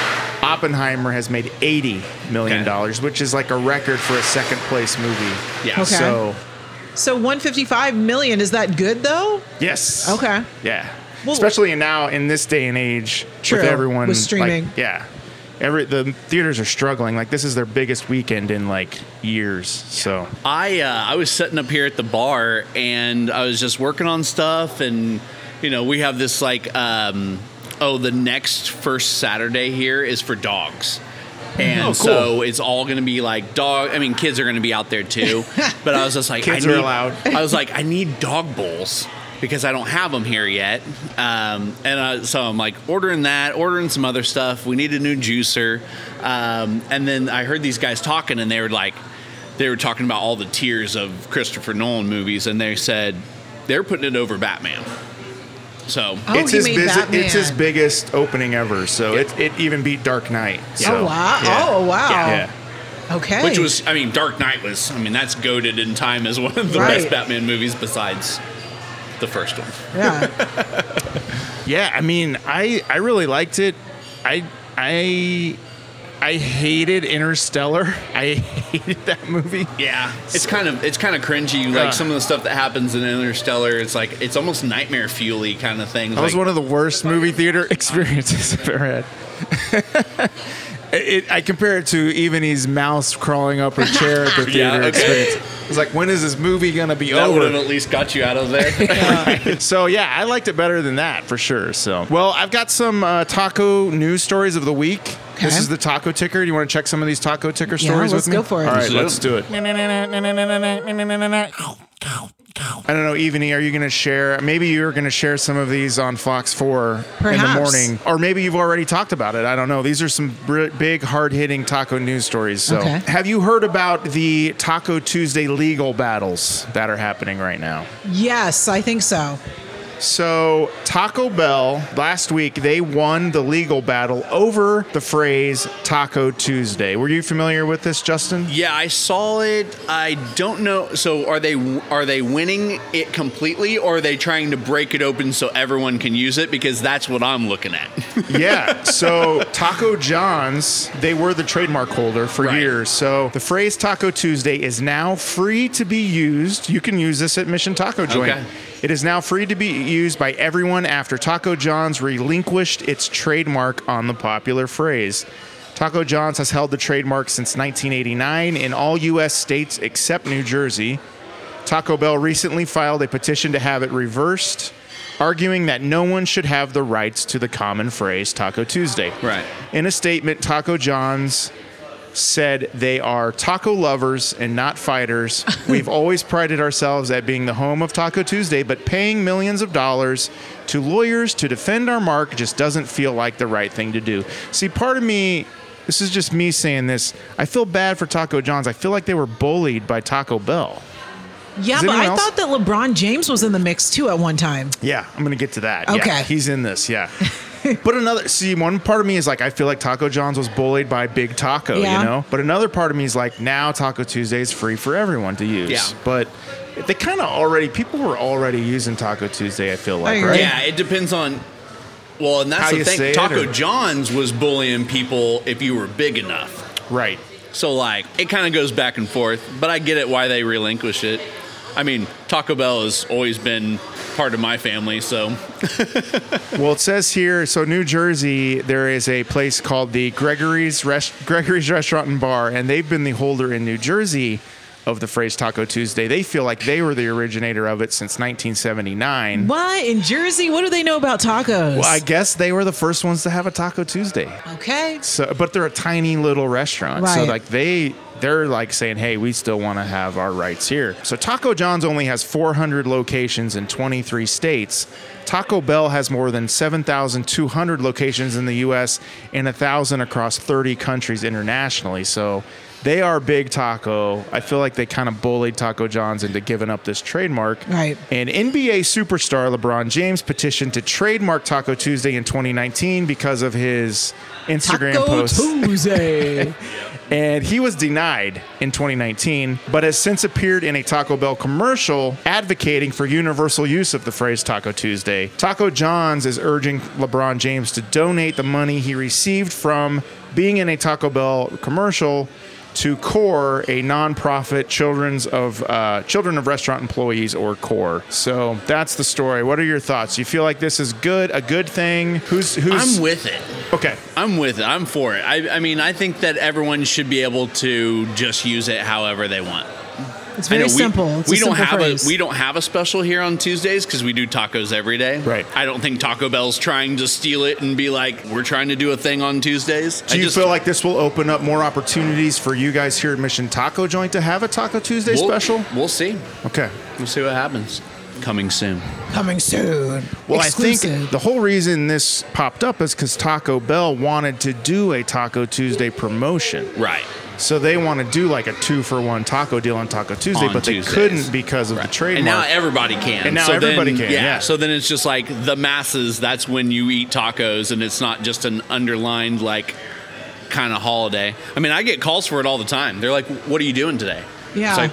S5: Oppenheimer has made $80 million,
S4: Okay.
S5: which is like a record for a second place movie.
S4: Yeah.
S3: Okay.
S5: So,
S3: So 155 million is that good though?
S5: yes.
S3: Okay.
S5: Yeah.
S3: Well-
S5: Especially now in this day and age
S3: True,
S5: with everyone
S3: with
S5: like,
S3: streaming.
S5: yeah. Every the theaters are struggling. Like this is their biggest weekend in like years. So
S3: Oh,
S4: I uh, I was sitting up here at the bar and I was just working on stuff and you know we have this like um, oh the next first Saturday here is for dogs. And
S5: Oh, cool.
S4: so it's all going to be like dog. I mean, kids are going to be out there too. But I was just like,
S5: Kids
S4: I
S5: are
S4: need-
S5: allowed.
S4: I was like, I need dog bowls because I don't have them here yet. Um, and uh, so I'm like ordering that, ordering some other stuff. We need a new juicer. Um, and then I heard these guys talking, and they were like, they were talking about all the tiers of Christopher Nolan movies, and they said they're putting it over Batman. So
S3: Oh,
S5: it's
S3: you
S5: his
S3: mean
S5: busi- it's his
S3: Batman.
S5: biggest opening ever. So it it even beat Dark Knight. So,
S3: Oh wow.
S5: yeah.
S3: Oh wow.
S5: Yeah.
S3: Okay.
S4: Which was, I mean, Dark Knight was, I mean, that's goaded in time as one of the
S3: Right.
S4: best Batman movies besides the first one.
S3: yeah.
S5: Yeah, I mean, I I really liked it. I I I hated Interstellar. I hated that movie.
S4: Yeah, it's kind of it's kind of cringy. Like
S5: Uh.
S4: some of the stuff that happens in Interstellar, it's like it's almost nightmare fuely kind of thing.
S5: That was
S4: Like,
S5: one of the worst movie theater experiences I've ever had. It, I compare it to Evenie's mouse crawling up her chair at the
S4: Yeah,
S5: theater
S4: okay.
S5: experience. It's like, when is this movie gonna be
S4: that would
S5: over?
S4: have at least got you out of there.
S5: So yeah, I liked it better than that for sure. So well, I've got some uh, taco news stories of the week. This
S3: Okay.
S5: is the taco ticker. Do you want to check some of these taco ticker
S3: Yeah,
S5: stories
S3: let's
S5: with me?
S3: go for it.
S5: All right,
S4: Let's do
S5: let's
S4: it.
S5: do it. I don't know, Evany, are you going to share? Maybe you're going to share some of these on Fox 4 in the
S3: Perhaps.
S5: morning, or maybe you've already talked about it. I don't know. These are some br- big, hard-hitting taco news stories. So,
S3: Okay.
S5: have you heard about the Taco Tuesday legal battles that are happening right now?
S3: yes, I think so.
S5: So, Taco Bell last week they won the legal battle over the phrase Taco Tuesday. Were you familiar with this, Justin?
S4: yeah, I saw it. I don't know. So are they are they winning it completely, or are they trying to break it open so everyone can use it? Because that's what I'm looking at.
S5: yeah. So Taco John's, they were the trademark holder for
S4: Right.
S5: years. So the phrase Taco Tuesday is now free to be used. You can use this at Mission Taco Joint.
S4: Okay.
S5: It is now free to be used by everyone after Taco John's relinquished its trademark on the popular phrase. Taco John's has held the trademark since 1989 in all U.S. states except New Jersey. Taco Bell recently filed a petition to have it reversed, arguing that no one should have the rights to the common phrase Taco Tuesday.
S4: Right.
S5: In a statement, Taco John's said they are taco lovers and not fighters. We've always prided ourselves at being the home of Taco Tuesday, but paying millions of dollars to lawyers to defend our mark just doesn't feel like the right thing to do. See, part of me. This is just me saying this. I feel bad for Taco John's. I feel like they were bullied by Taco Bell.
S3: Yeah,
S5: Is
S3: but
S5: anyone
S3: I
S5: else-
S3: thought that LeBron James was in the mix too at one time.
S5: Yeah, I'm gonna get to that. Yeah,
S3: Okay.
S5: he's in this. Yeah, but another see, one part of me is like, I feel like Taco John's was bullied by Big Taco,
S3: Yeah.
S5: you know. But another part of me is like, now Taco Tuesday is free for everyone to use.
S4: Yeah.
S5: but they kind of already people were already using Taco Tuesday. I feel like
S3: agree.
S5: right.
S4: Yeah, it depends on. Well, and that's
S5: How
S4: the
S5: you say
S4: thing.
S5: it,
S4: Taco
S5: or-
S4: John's was bullying people if you were big enough.
S5: Right.
S4: So like it kind of goes back and forth, but I get it why they relinquish it. I mean, Taco Bell has always been part of my family, so
S5: Well, it says here, so New Jersey, there is a place called the Gregory's Rest- Gregory's Restaurant and Bar, and they've been the holder in New Jersey of the phrase Taco Tuesday. They feel like they were the originator of it since 1979.
S3: Why in Jersey? What do they know about tacos?
S5: Well, I guess they were the first ones to have a Taco Tuesday.
S3: okay.
S5: So, but they're a tiny little restaurant. So
S3: Right.
S5: like they they're like saying, "Hey, we still want to have our rights here." So Taco John's only has 400 locations in 23 states. Taco Bell has more than 7,200 locations in the US and 1,000 across 30 countries internationally. So They are Big Taco. I feel like they kind of bullied Taco John's into giving up this trademark.
S3: Right.
S5: And NBA superstar LeBron James petitioned to trademark Taco Tuesday in 2019 because of his Instagram posts
S3: Tuesday.
S5: and he was denied in 2019, but has since appeared in a Taco Bell commercial advocating for universal use of the phrase Taco Tuesday. Taco John's is urging LeBron James to donate the money he received from being in a Taco Bell commercial to CORE, a nonprofit children's of uh, children of restaurant employees or CORE. So that's the story. What are your thoughts? You feel like this is good, a good thing? Who's who's
S4: I'm with it.
S5: okay?
S4: I'm with it. I'm for it. I, I mean, I think that everyone should be able to just use it however they want.
S3: It's
S4: I
S3: very
S4: know we-
S3: simple. It's
S4: We
S3: a
S4: don't
S3: simple
S4: have
S3: phrase.
S4: a we don't have a special here on Tuesdays because we do tacos every day.
S5: Right.
S4: I don't think Taco Bell's trying to steal it and be like, we're trying to do a thing on Tuesdays.
S5: Do
S4: I
S5: you
S4: just-
S5: feel like this will open up more opportunities for you guys here at Mission Taco Joint to have a Taco Tuesday
S4: we'll-
S5: special?
S4: We'll see.
S5: Okay.
S4: We'll see what happens. Coming soon.
S3: coming soon.
S5: Well,
S3: Exclusive.
S5: I think the whole reason this popped up is because Taco Bell wanted to do a Taco Tuesday promotion.
S4: Right.
S5: So they want to do like a two for one taco deal on Taco Tuesday,
S4: On
S5: but
S4: Tuesdays.
S5: they couldn't because of the trademark.
S4: And now everybody can.
S5: And now
S4: then-
S5: everybody can, yeah.
S4: So then it's just like the masses. That's when you eat tacos, and it's not just an underlined like kind of holiday. I mean, I get calls for it all the time. They're like, "What are you doing today?"
S3: Yeah.
S4: It's like,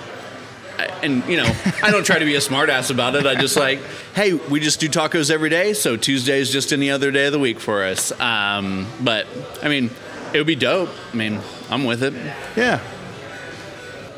S4: I- and you know, I don't try to be a smartass about it. I just like, hey, we just do tacos every day, so Tuesday's just any other day of the week for us. Um, but I mean, it would be dope. I mean, I'm with it.
S5: yeah.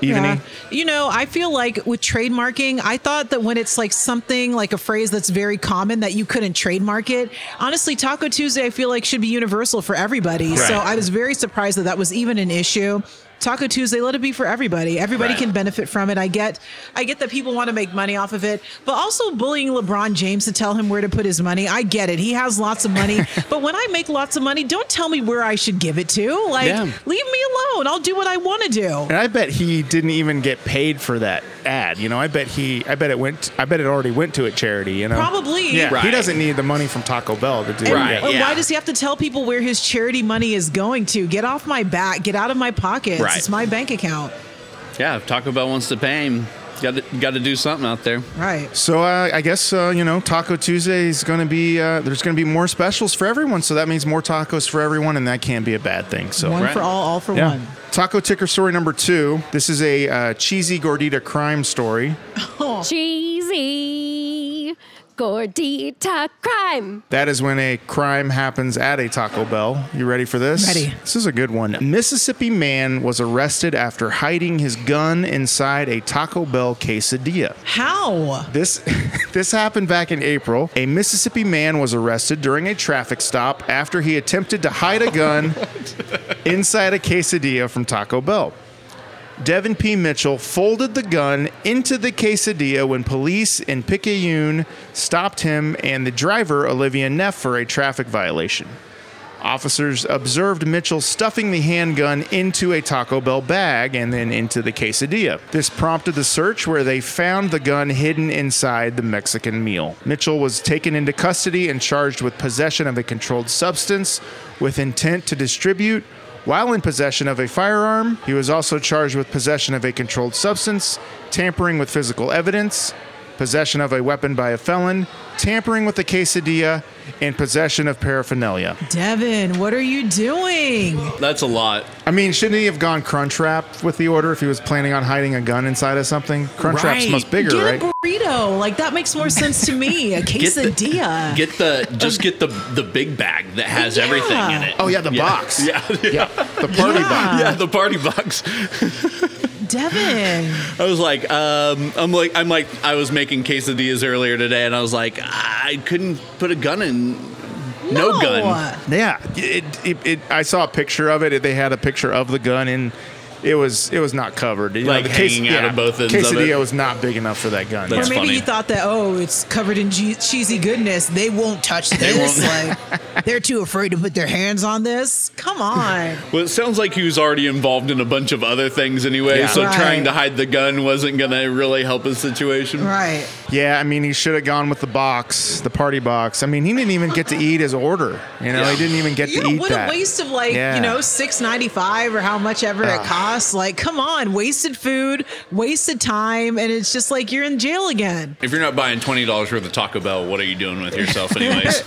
S5: Evening.
S3: Yeah. You know, I feel like with trademarking, I thought that when it's like something like a phrase that's very common that you couldn't trademark it. Honestly, Taco Tuesday, I feel like should be universal for everybody. So
S5: Right.
S3: I was very surprised that that was even an issue. Taco Tuesday, let it be for everybody. Everybody
S4: Right.
S3: can benefit from it. I get, I get that people want to make money off of it, but also bullying LeBron James to tell him where to put his money. I get it. He has lots of money, but when I make lots of money, don't tell me where I should give it to. Like,
S4: Yeah.
S3: leave me alone. I'll do what I want to do.
S5: And I bet he didn't even get paid for that ad. You know, I bet he, I bet it went, I bet it already went to a charity. You know,
S3: Probably. oh.
S5: Yeah, he
S4: Right.
S5: doesn't need the money from Taco Bell to do
S4: Right.
S5: that.
S3: Or
S4: yeah.
S3: Why does he have to tell people where his charity money is going to? Get off my back. Get out of my pockets.
S4: Right.
S3: It's my bank account.
S4: Yeah, if Taco Bell wants to pay him, got to got to do something out there.
S3: Right.
S5: So uh, I guess uh, you know Taco Tuesday is going to be uh, there's going to be more specials for everyone. So that means more tacos for everyone, and that can't be a bad thing. So
S3: One
S4: Right.
S3: for all, all for one.
S5: Taco ticker story number two. This is a uh, cheesy gordita crime story.
S6: Cheesy gordita crime.
S5: That is when a crime happens at a Taco Bell. You ready for this?
S3: Ready.
S5: This is a good one. Mississippi man was arrested after hiding his gun inside a Taco Bell quesadilla.
S3: How?
S5: This this happened back in April. A Mississippi man was arrested during a traffic stop after he attempted to hide a gun inside a quesadilla from Taco Bell. Devin P. Mitchell folded the gun into the quesadilla when police in Picayune stopped him and the driver, Olivia Neff, for a traffic violation. Officers observed Mitchell stuffing the handgun into a Taco Bell bag and then into the quesadilla. This prompted the search where they found the gun hidden inside the Mexican meal. Mitchell was taken into custody and charged with possession of a controlled substance with intent to distribute. While in possession of a firearm, he was also charged with possession of a controlled substance, tampering with physical evidence, possession of a weapon by a felon, tampering with a quesadilla, and possession of paraphernalia.
S3: Devin, what are you doing?
S4: That's a lot.
S5: I mean, shouldn't he have gone Crunchwrap with the order if he was planning on hiding a gun inside of something? Crunchwrap's
S4: Right.
S5: much bigger,
S3: get
S5: right?
S3: a burrito. Like that makes more sense to me. A quesadilla.
S4: Get the just get the the big bag that has
S3: Yeah.
S4: everything in it.
S5: oh yeah, the box.
S4: Yeah, yeah,
S5: yeah, the party box.
S3: Yeah.
S4: yeah, the party box.
S3: Devin.
S4: I was like, um, I'm like, I'm like, I was making quesadillas earlier today, and I was like, I couldn't put a gun in. No, gun.
S5: Yeah, it, it, it, I saw a picture of it. They had a picture of the gun, and it was it was not covered. You
S4: Like
S5: the
S4: hanging out of both ends of
S5: Quesadilla
S4: it.
S5: was not big enough for that gun.
S3: Or
S4: That's
S5: yeah.
S3: maybe
S4: funny.
S3: you thought that, oh, it's covered in ge- cheesy goodness. They won't touch this. like, they're too afraid to put their hands on this. Come on.
S4: Well, it sounds like he was already involved in a bunch of other things anyway,
S5: Yeah.
S4: so
S3: Right.
S4: trying to hide the gun wasn't gonna really help his situation.
S3: right.
S5: Yeah, I mean, he should have gone with the box, the party box. I mean, he didn't even get to eat his order. You know,
S4: Yeah.
S5: he didn't even get
S3: Yeah,
S5: to eat
S3: what
S5: that.
S3: a waste of like
S5: Yeah.
S3: you know six ninety five or how much ever it us. Like, come on, wasted food, wasted time, and it's just like you're in jail again.
S4: If you're not buying twenty dollars worth of Taco Bell, what are you doing with yourself, anyways?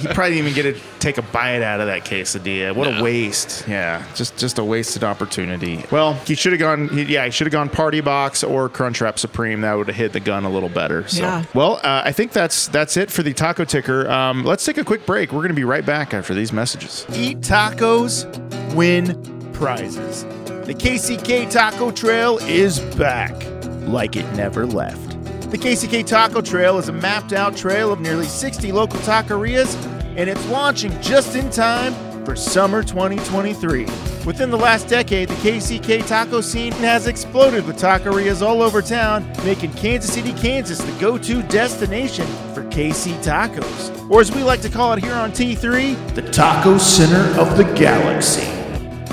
S5: He probably didn't even get to take a bite out of that quesadilla. What a
S4: No.
S5: waste. Yeah, just just a wasted opportunity. Well, he should have gone. He, yeah, he should have gone Party Box or Crunchwrap Supreme. That would have hit the gun a little better. So.
S3: Yeah.
S5: Well, uh, I think that's that's it for the taco ticker. Um, let's take a quick break. We're gonna be right back after these messages. Eat tacos, win prizes. The KCK Taco Trail is back like it never left. The KCK Taco Trail is a mapped out trail of nearly 60 local taquerias, and it's launching just in time for summer 2023. Within the last decade, the KCK taco scene has exploded with taquerias all over town, making Kansas City, Kansas the go to destination for KC tacos. Or as we like to call it here on T3, the Taco Center of the Galaxy.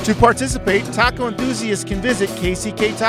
S5: To participate, taco enthusiasts can visit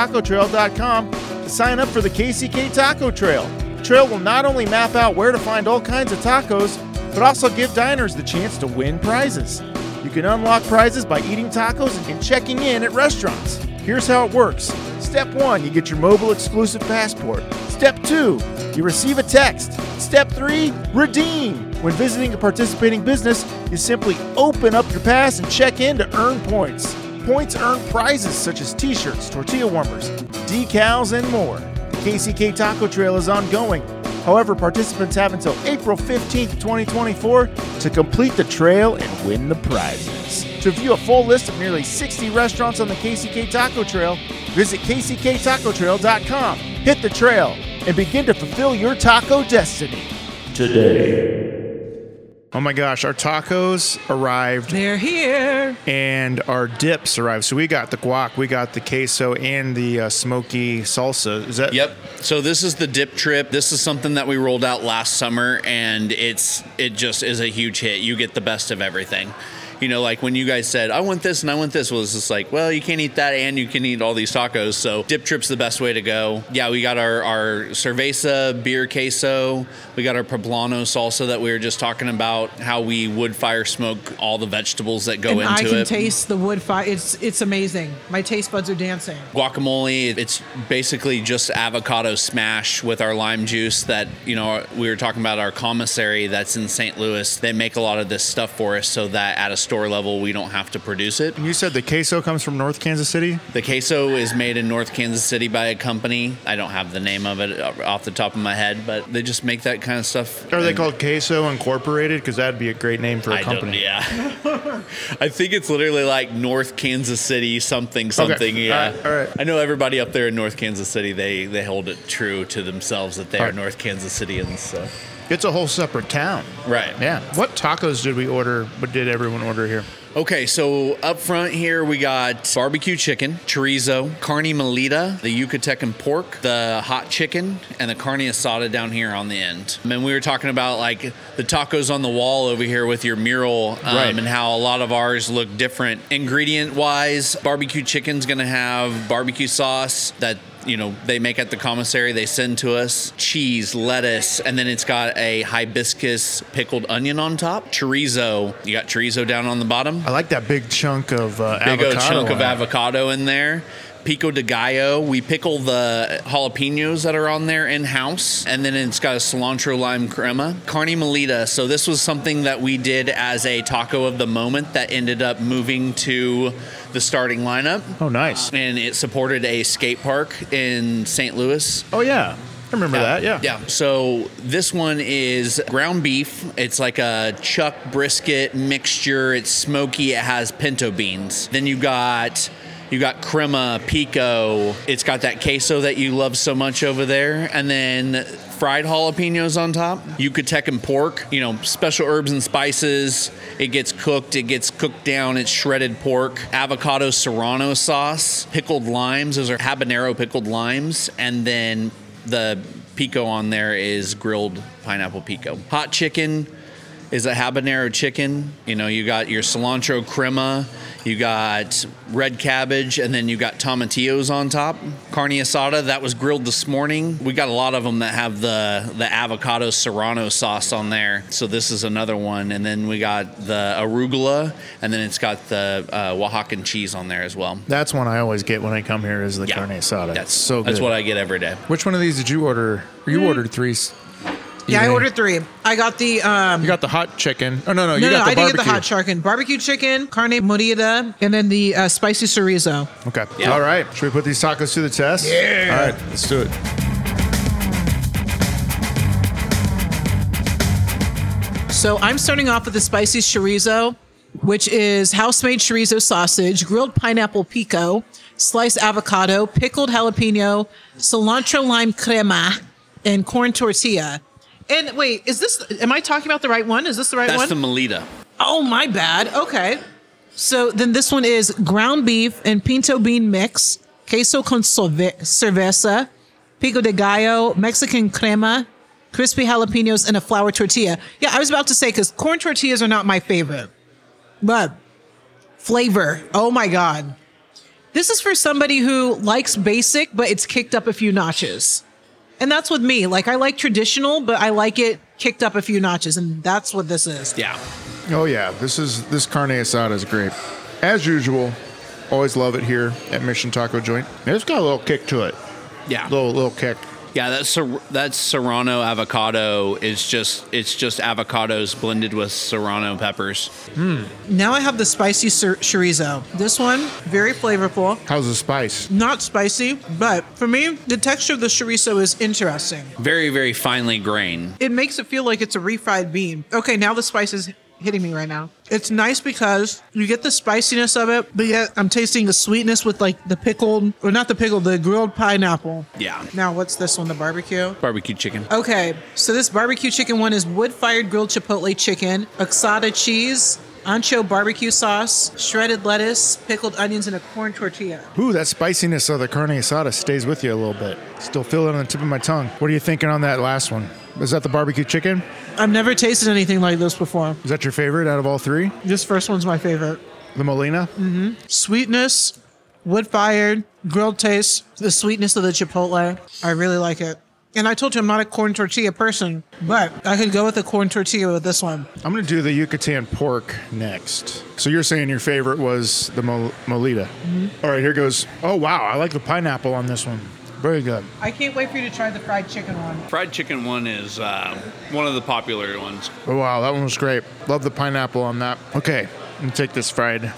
S5: kcktacotrail.com to sign up for the KCK Taco Trail. The trail will not only map out where to find all kinds of tacos, but also give diners the chance to win prizes. You can unlock prizes by eating tacos and checking in at restaurants. Here's how it works. Step one, you get your mobile exclusive passport. Step two, you receive a text. Step three, redeem. When visiting a participating business, you simply open up your pass and check in to earn points. Points earn prizes such as t shirts, tortilla warmers, decals, and more. The KCK Taco Trail is ongoing. However, participants have until April 15th, 2024 to complete the trail and win the prizes. To view a full list of nearly 60 restaurants on the KCK Taco Trail, visit kcktacotrail.com, hit the trail, and begin to fulfill your taco destiny today. Oh my gosh, our tacos arrived
S3: They're here.
S5: and our dips arrived. So we got the guac, we got the queso, and the uh, smoky salsa. Is that
S4: Yep. So this is the dip trip. This is something that we rolled out last summer, and it's it just is a huge hit. You get the best of everything. You know, like when you guys said, "I want this and I want this," well, it's just like, well, you can't eat that and you can eat all these tacos. So dip trip's the best way to go. Yeah, we got our our cerveza beer queso. We got our poblano salsa that we were just talking about. How we wood fire smoke all the vegetables that go
S3: and
S4: into
S3: I can
S4: it.
S3: taste the wood fire. It's it's amazing. My taste buds are dancing.
S4: guacamole it's basically just avocado smash with our lime juice that you know we were talking about our commissary that's in st louis they make a lot of this stuff for us so that at a store level we don't have to produce it
S5: You said the queso comes from North Kansas City?
S4: the queso is made in north kansas city by a company i don't have the name of it off the top of my head but they just make that kind of stuff
S5: Are they
S4: And-
S5: called Queso Incorporated? Because that'd be a great name for a
S4: I don't-
S5: company.
S4: yeah i think it's literally like north kansas city something something
S5: All
S4: yeah
S5: right, all right.
S4: I know everybody up there in North Kansas City, they, they hold it true to themselves that they
S5: All
S4: are
S5: right.
S4: North Kansas Cityans. So.
S5: It's a whole separate town.
S4: Right.
S5: Yeah. What tacos did we order? What did everyone order here?
S4: Okay, so up front here we got barbecue chicken, chorizo, carne molita, the Yucatecan pork, the hot chicken, and the carne asada down here on the end. And we were talking about like the tacos on the wall over here with your mural um,
S5: Right.
S4: and how a lot of ours look different ingredient wise. Barbecue chicken's gonna have barbecue sauce that you know they make at the commissary they send to us cheese lettuce and then it's got a hibiscus pickled onion on top chorizo you got chorizo down on the bottom
S5: I like that big chunk of uh,
S4: big old
S5: avocado.
S4: chunk of
S5: on it.
S4: avocado in there. Pico de gallo. We pickle the jalapenos that are on there in house, and then it's got a cilantro lime crema. Carne molita. So this was something that we did as a taco of the moment that ended up moving to the starting lineup,
S5: Oh, nice.
S4: and it supported a skate park in St. Louis.
S5: Oh, yeah. I remember that. Yeah.
S4: Yeah. So this one is ground beef. It's like a chuck brisket mixture. It's smoky. It has pinto beans. Then you got you got crema, pico. It's got that queso that you love so much over there, and then fried jalapenos on top. Yucatecan pork. You know, special herbs and spices. It gets cooked. It gets cooked down. It's shredded pork, avocado serrano sauce, pickled limes. Those are habanero pickled limes, and then the pico on there is grilled pineapple pico. Hot chicken, is a habanero chicken. You know, you got your cilantro crema, you got red cabbage, and then you got tomatillos on top. Carne asada that was grilled this morning. We got a lot of them that have the the avocado serrano sauce on there. So this is another one, and then we got the arugula, and then it's got the uh, Oaxacan cheese on there as well.
S5: That's one I always get when I come here is the carne asada.
S4: That's
S5: so good.
S4: That's what I get every day.
S7: Which one of these did you order? You ordered three. s-
S3: Mm. Yeah, I
S7: evening.
S3: ordered three. I got the um,
S7: You got the hot chicken. Oh no, no, you
S3: no, no,
S7: got the
S3: I didn't
S7: barbecue.
S3: get the hot chicken, barbecue chicken, carne molida, and then the uh, spicy chorizo.
S5: Okay. All right. Should we put these tacos to the test? Yeah. All right. Let's do it.
S3: So I'm starting off with the spicy chorizo, which is house-made chorizo sausage, grilled pineapple pico, sliced avocado, pickled jalapeno, cilantro lime crema, and corn tortilla. And wait, is this? Am I talking about the right one? Is this the right
S4: That's
S3: one?
S4: the Melita.
S3: Oh, my bad. Okay. So then this one is ground beef and pinto bean mix, queso con cerve- cerveza, pico de gallo, Mexican crema, crispy jalapenos, and a flour tortilla. Yeah, I was about to say, because corn tortillas are not my favorite, but flavor. Oh, my God. This is for somebody who likes basic, but it's kicked up a few notches. And that's with me. Like, I like traditional, but I like it kicked up a few notches. And that's what this is.
S4: Yeah.
S5: Oh yeah, this is this carne asada is great, as usual. Always love it here at Mission Taco Joint. It's got a little kick to it.
S4: Yeah.
S5: Little little kick.
S4: Yeah, that ser- that serrano avocado is just it's just avocados blended with serrano peppers.
S3: Now I have the spicy cer- chorizo. This one, very flavorful.
S5: How's the spice?
S3: Not spicy, but for me, the texture of the chorizo is interesting.
S4: Very very finely grained.
S3: It makes it feel like it's a refried bean. Okay, now the spice is hitting me right now. It's nice because you get the spiciness of it, but yet I'm tasting the sweetness with like the pickled, or not the pickled, the grilled pineapple.
S4: Yeah.
S3: Now, what's this one? The barbecue?
S4: Barbecue chicken.
S3: Okay, so this barbecue chicken one is wood fired grilled chipotle chicken, oxada cheese, ancho barbecue sauce, shredded lettuce, pickled onions, and a corn tortilla.
S5: Ooh, that spiciness of the carne asada stays with you a little bit. Still feeling it on the tip of my tongue. What are you thinking on that last one? Is that the barbecue chicken?
S3: I've never tasted anything like this before.
S5: Is that your favorite out of all three?
S3: This first one's my favorite.
S5: The Molina?
S3: Sweetness, wood fired, grilled taste, the sweetness of the chipotle. I really like it. And I told you I'm not a corn tortilla person, but I could go with a corn tortilla with this one.
S5: I'm going to do the Yucatan pork next. So you're saying your favorite was the Mol- Molita. All right, here goes. Oh, wow. I like the pineapple on this one. Very good.
S3: I can't wait for you to try the fried chicken one.
S4: Fried chicken one is uh, one of the popular ones.
S5: Oh, wow. That one was great. Love the pineapple on that. Okay. I'm going to take this fried,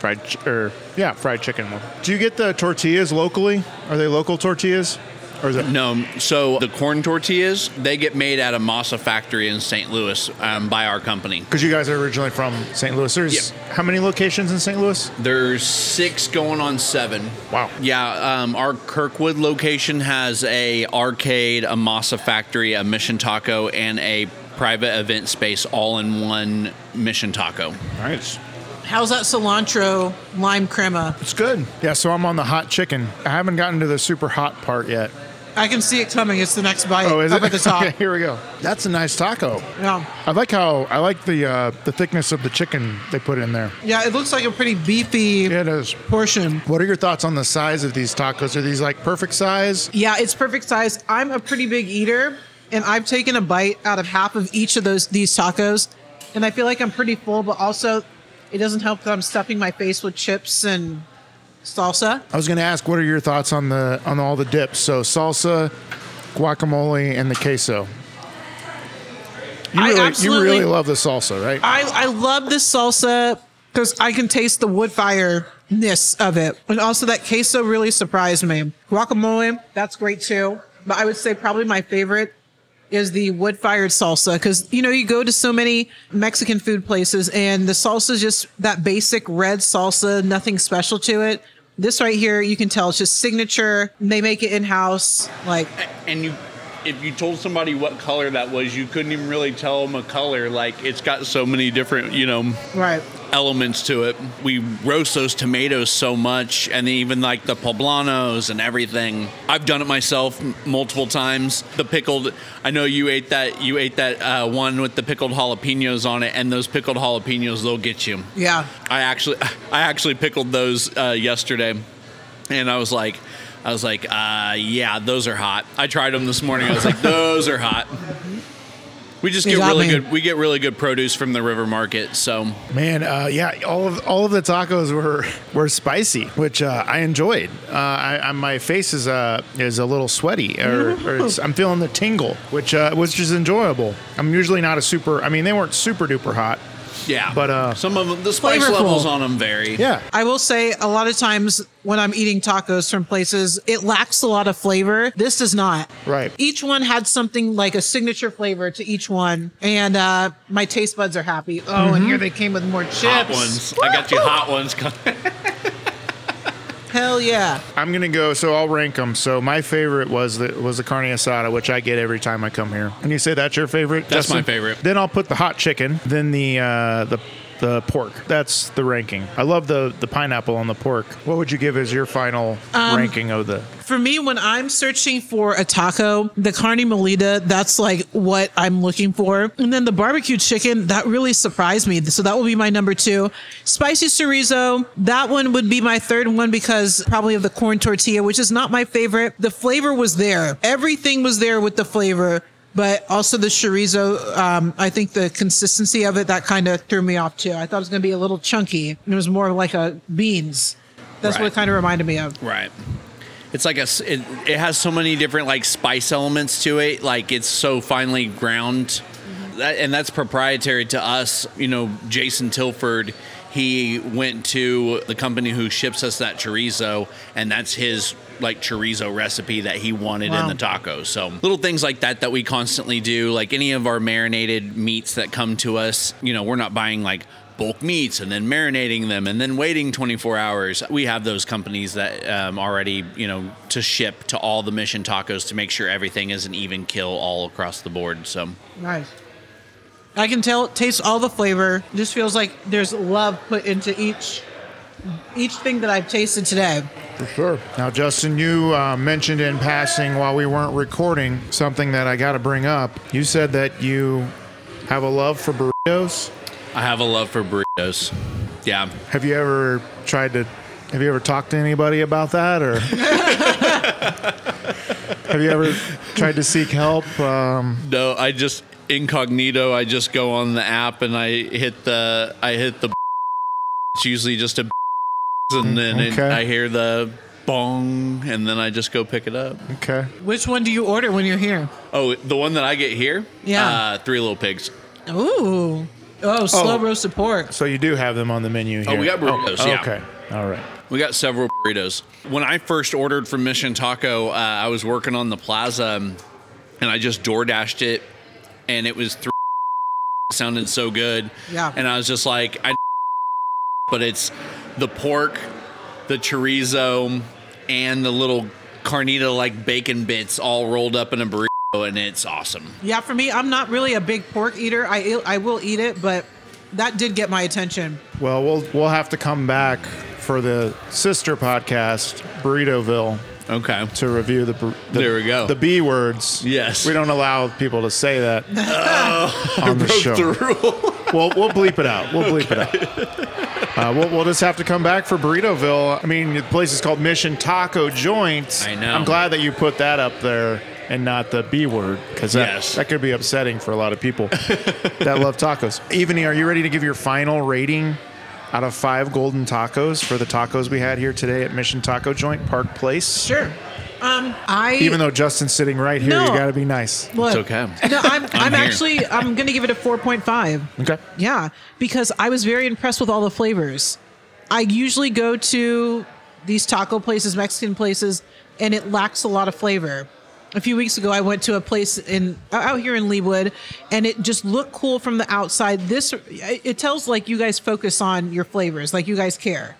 S5: fried, ch- or yeah, fried chicken one. Do you get the tortillas locally? Are they local tortillas? Or is it?
S4: No, um, so the corn tortillas they get made at a masa factory in St. Louis um, by our company.
S5: Because you guys are originally from St. Louis. There's how many locations in St. Louis?
S4: There's six going on seven.
S5: Wow.
S4: Yeah, um, our Kirkwood location has a arcade, a masa factory, a mission taco, and a private event space all in one mission taco.
S5: Nice.
S3: How's that cilantro lime crema?
S5: It's good. Yeah, so I'm on the hot chicken. I haven't gotten to the super hot part yet.
S3: I can see it coming. It's the next bite
S5: Oh, is
S3: up
S5: it?
S3: at the top.
S5: okay, here we go. That's a nice taco.
S3: Yeah.
S5: I like how I like the uh, the thickness of the chicken they put in there.
S3: Yeah, it looks like a pretty beefy
S5: Yeah, it is.
S3: portion.
S5: What are your thoughts on the size of these tacos? Are these like perfect size?
S3: Yeah, it's perfect size. I'm a pretty big eater, and I've taken a bite out of half of each of those these tacos, and I feel like I'm pretty full. But also, it doesn't help that I'm stuffing my face with chips and salsa.
S5: I was going to ask, what are your thoughts on the on all the dips? So salsa, guacamole, and the queso. You
S3: I
S5: really,
S3: absolutely-
S5: you really love the salsa, right?
S3: I I love this salsa because I can taste the wood fire ness of it, and also that queso really surprised me. Guacamole, that's great too. But I would say probably my favorite is the wood fired salsa because you know you go to so many Mexican food places and the salsa is just that basic red salsa, nothing special to it. This right here, you can tell it's just signature. They make it in house. Like
S4: And you, if you told somebody what color that was, you couldn't even really tell them a color. Like it's got so many different, you know,
S3: right,
S4: elements to it. We roast those tomatoes so much, and even like the poblanos and everything. I've done it myself m- multiple times. The pickled, I know you ate that. You ate that uh, one with the pickled jalapenos on it, and those pickled jalapenos, they'll get you.
S3: Yeah.
S4: I actually, I actually pickled those uh, yesterday, and I was like, I was like, uh, yeah, those are hot. I tried them this morning. I was like, those are hot. We just get
S3: Good job,
S4: really
S3: man.
S4: good. We get really good produce from the river market. So
S5: Man, uh, yeah, all of all of the tacos were were spicy, which uh, I enjoyed. Uh, I, I, my face is uh, is a little sweaty, or, or it's, I'm feeling the tingle, which uh, which is enjoyable. I'm usually not a super. I mean, they weren't super duper hot.
S4: yeah,
S5: But, uh,
S4: some of 'em- the spice
S3: flavorful.
S4: levels on them vary.
S5: Yeah,
S3: I will say a lot of times when I'm eating tacos from places, it lacks a lot of flavor. This does not.
S5: Right.
S3: Each one had something like a signature flavor to each one. And uh, my taste buds are happy. Oh, and here they came with more chips.
S4: hot ones. I got you hot ones.
S3: Hell yeah.
S5: I'm gonna go. So I'll rank them. So my favorite was the was the carne asada, which I get every time I come here. And you say that's your favorite?
S4: That's my favorite.
S5: Then I'll put the hot chicken. Then the uh, the the pork. That's the ranking. I love the the pineapple on the pork. What would you give as your final ranking of the?
S3: For me, when I'm searching for a taco, the carne molida, that's like what I'm looking for. And then the barbecue chicken, that really surprised me. So that will be my number two. Spicy chorizo, that one would be my third one because probably of the corn tortilla, which is not my favorite. The flavor was there. Everything was there with the flavor. But also the chorizo, um, I think the consistency of it, that kind of threw me off too. I thought it was going to be a little chunky. It was more like a beans. That's what
S4: Right.
S3: it kind of reminded me of.
S4: Right. It's like a s- it, it has so many different like spice elements to it. Like it's so finely ground. That, and that's proprietary to us. You know, Jason Tilford, he went to the company who ships us that chorizo and that's his like chorizo recipe that he wanted
S3: Wow.
S4: in the tacos. So little things like that that we constantly do, like any of our marinated meats that come to us, you know, we're not buying like bulk meats and then marinating them and then waiting 24 hours. We have those companies that um, already, you know, to ship to all the mission tacos to make sure everything is an even kill all across the board. So
S3: Nice. I can tell taste all the flavor. Just feels like there's love put into each each thing that I've tasted today.
S5: Sure. Now, Justin, you uh, mentioned in passing while we weren't recording something that I got to bring up. You said that you have a love for burritos.
S4: I have a love for burritos. Yeah.
S5: Have you ever tried to? Have you ever talked to anybody about that, or have you ever tried to seek help? Um,
S4: No, I just incognito. I just go on the app and I hit the I hit the. It's usually just a, and then it,
S5: Okay.
S4: I hear the bong, and then I just go pick it up.
S5: okay.
S3: Which one do you order when you're here?
S4: Oh, the one that I get here.
S3: Yeah.
S4: Uh, three little pigs.
S3: Ooh. Oh, slow roasted pork.
S5: So you do have them on the menu here.
S4: Oh,
S5: Oh,
S4: we got burritos, yeah.
S5: Okay. All right.
S4: We got several burritos. When I first ordered from Mission Taco, uh, I was working on the plaza, um, and I just door dashed it, and it was three. sounded so good.
S3: Yeah.
S4: And I was just like, I. But it's the pork, the chorizo, and the little carnita like bacon bits all rolled up in a burrito, and it's awesome.
S3: Yeah, for me, I'm not really a big pork eater. I I will eat it, but that did get my attention.
S5: Well, we'll we'll have to come back for the sister podcast, Burritoville,
S4: Okay.
S5: to review the, bur- the
S4: There we go.
S5: the B words.
S4: Yes. Oh,
S5: We don't allow people to say that on the show.
S4: The rule.
S5: we'll, we'll bleep it out. We'll bleep it out. Uh, we'll, we'll just have to come back for Burritoville. I mean, the place is called Mission Taco Joint.
S4: I know.
S5: I'm glad that you put that up there and not the B word because that,
S4: Yes.
S5: that could be upsetting for a lot of people that love tacos. Evany, are you ready to give your final rating out of five golden tacos for the tacos we had here today at Mission Taco Joint, Park Place?
S3: Sure. Um, I
S5: Even though Justin's sitting right here,
S3: No.
S5: you got to be nice.
S3: Look,
S4: It's okay.
S3: No, I'm I'm,
S4: I'm here.
S3: actually I'm gonna give it a 4.5.
S5: Okay.
S3: Yeah, because I was very impressed with all the flavors. I usually go to these taco places, Mexican places, and it lacks a lot of flavor. A few weeks ago, I went to a place in out here in Leawood, and it just looked cool from the outside. This it tells like you guys focus on your flavors, like you guys care,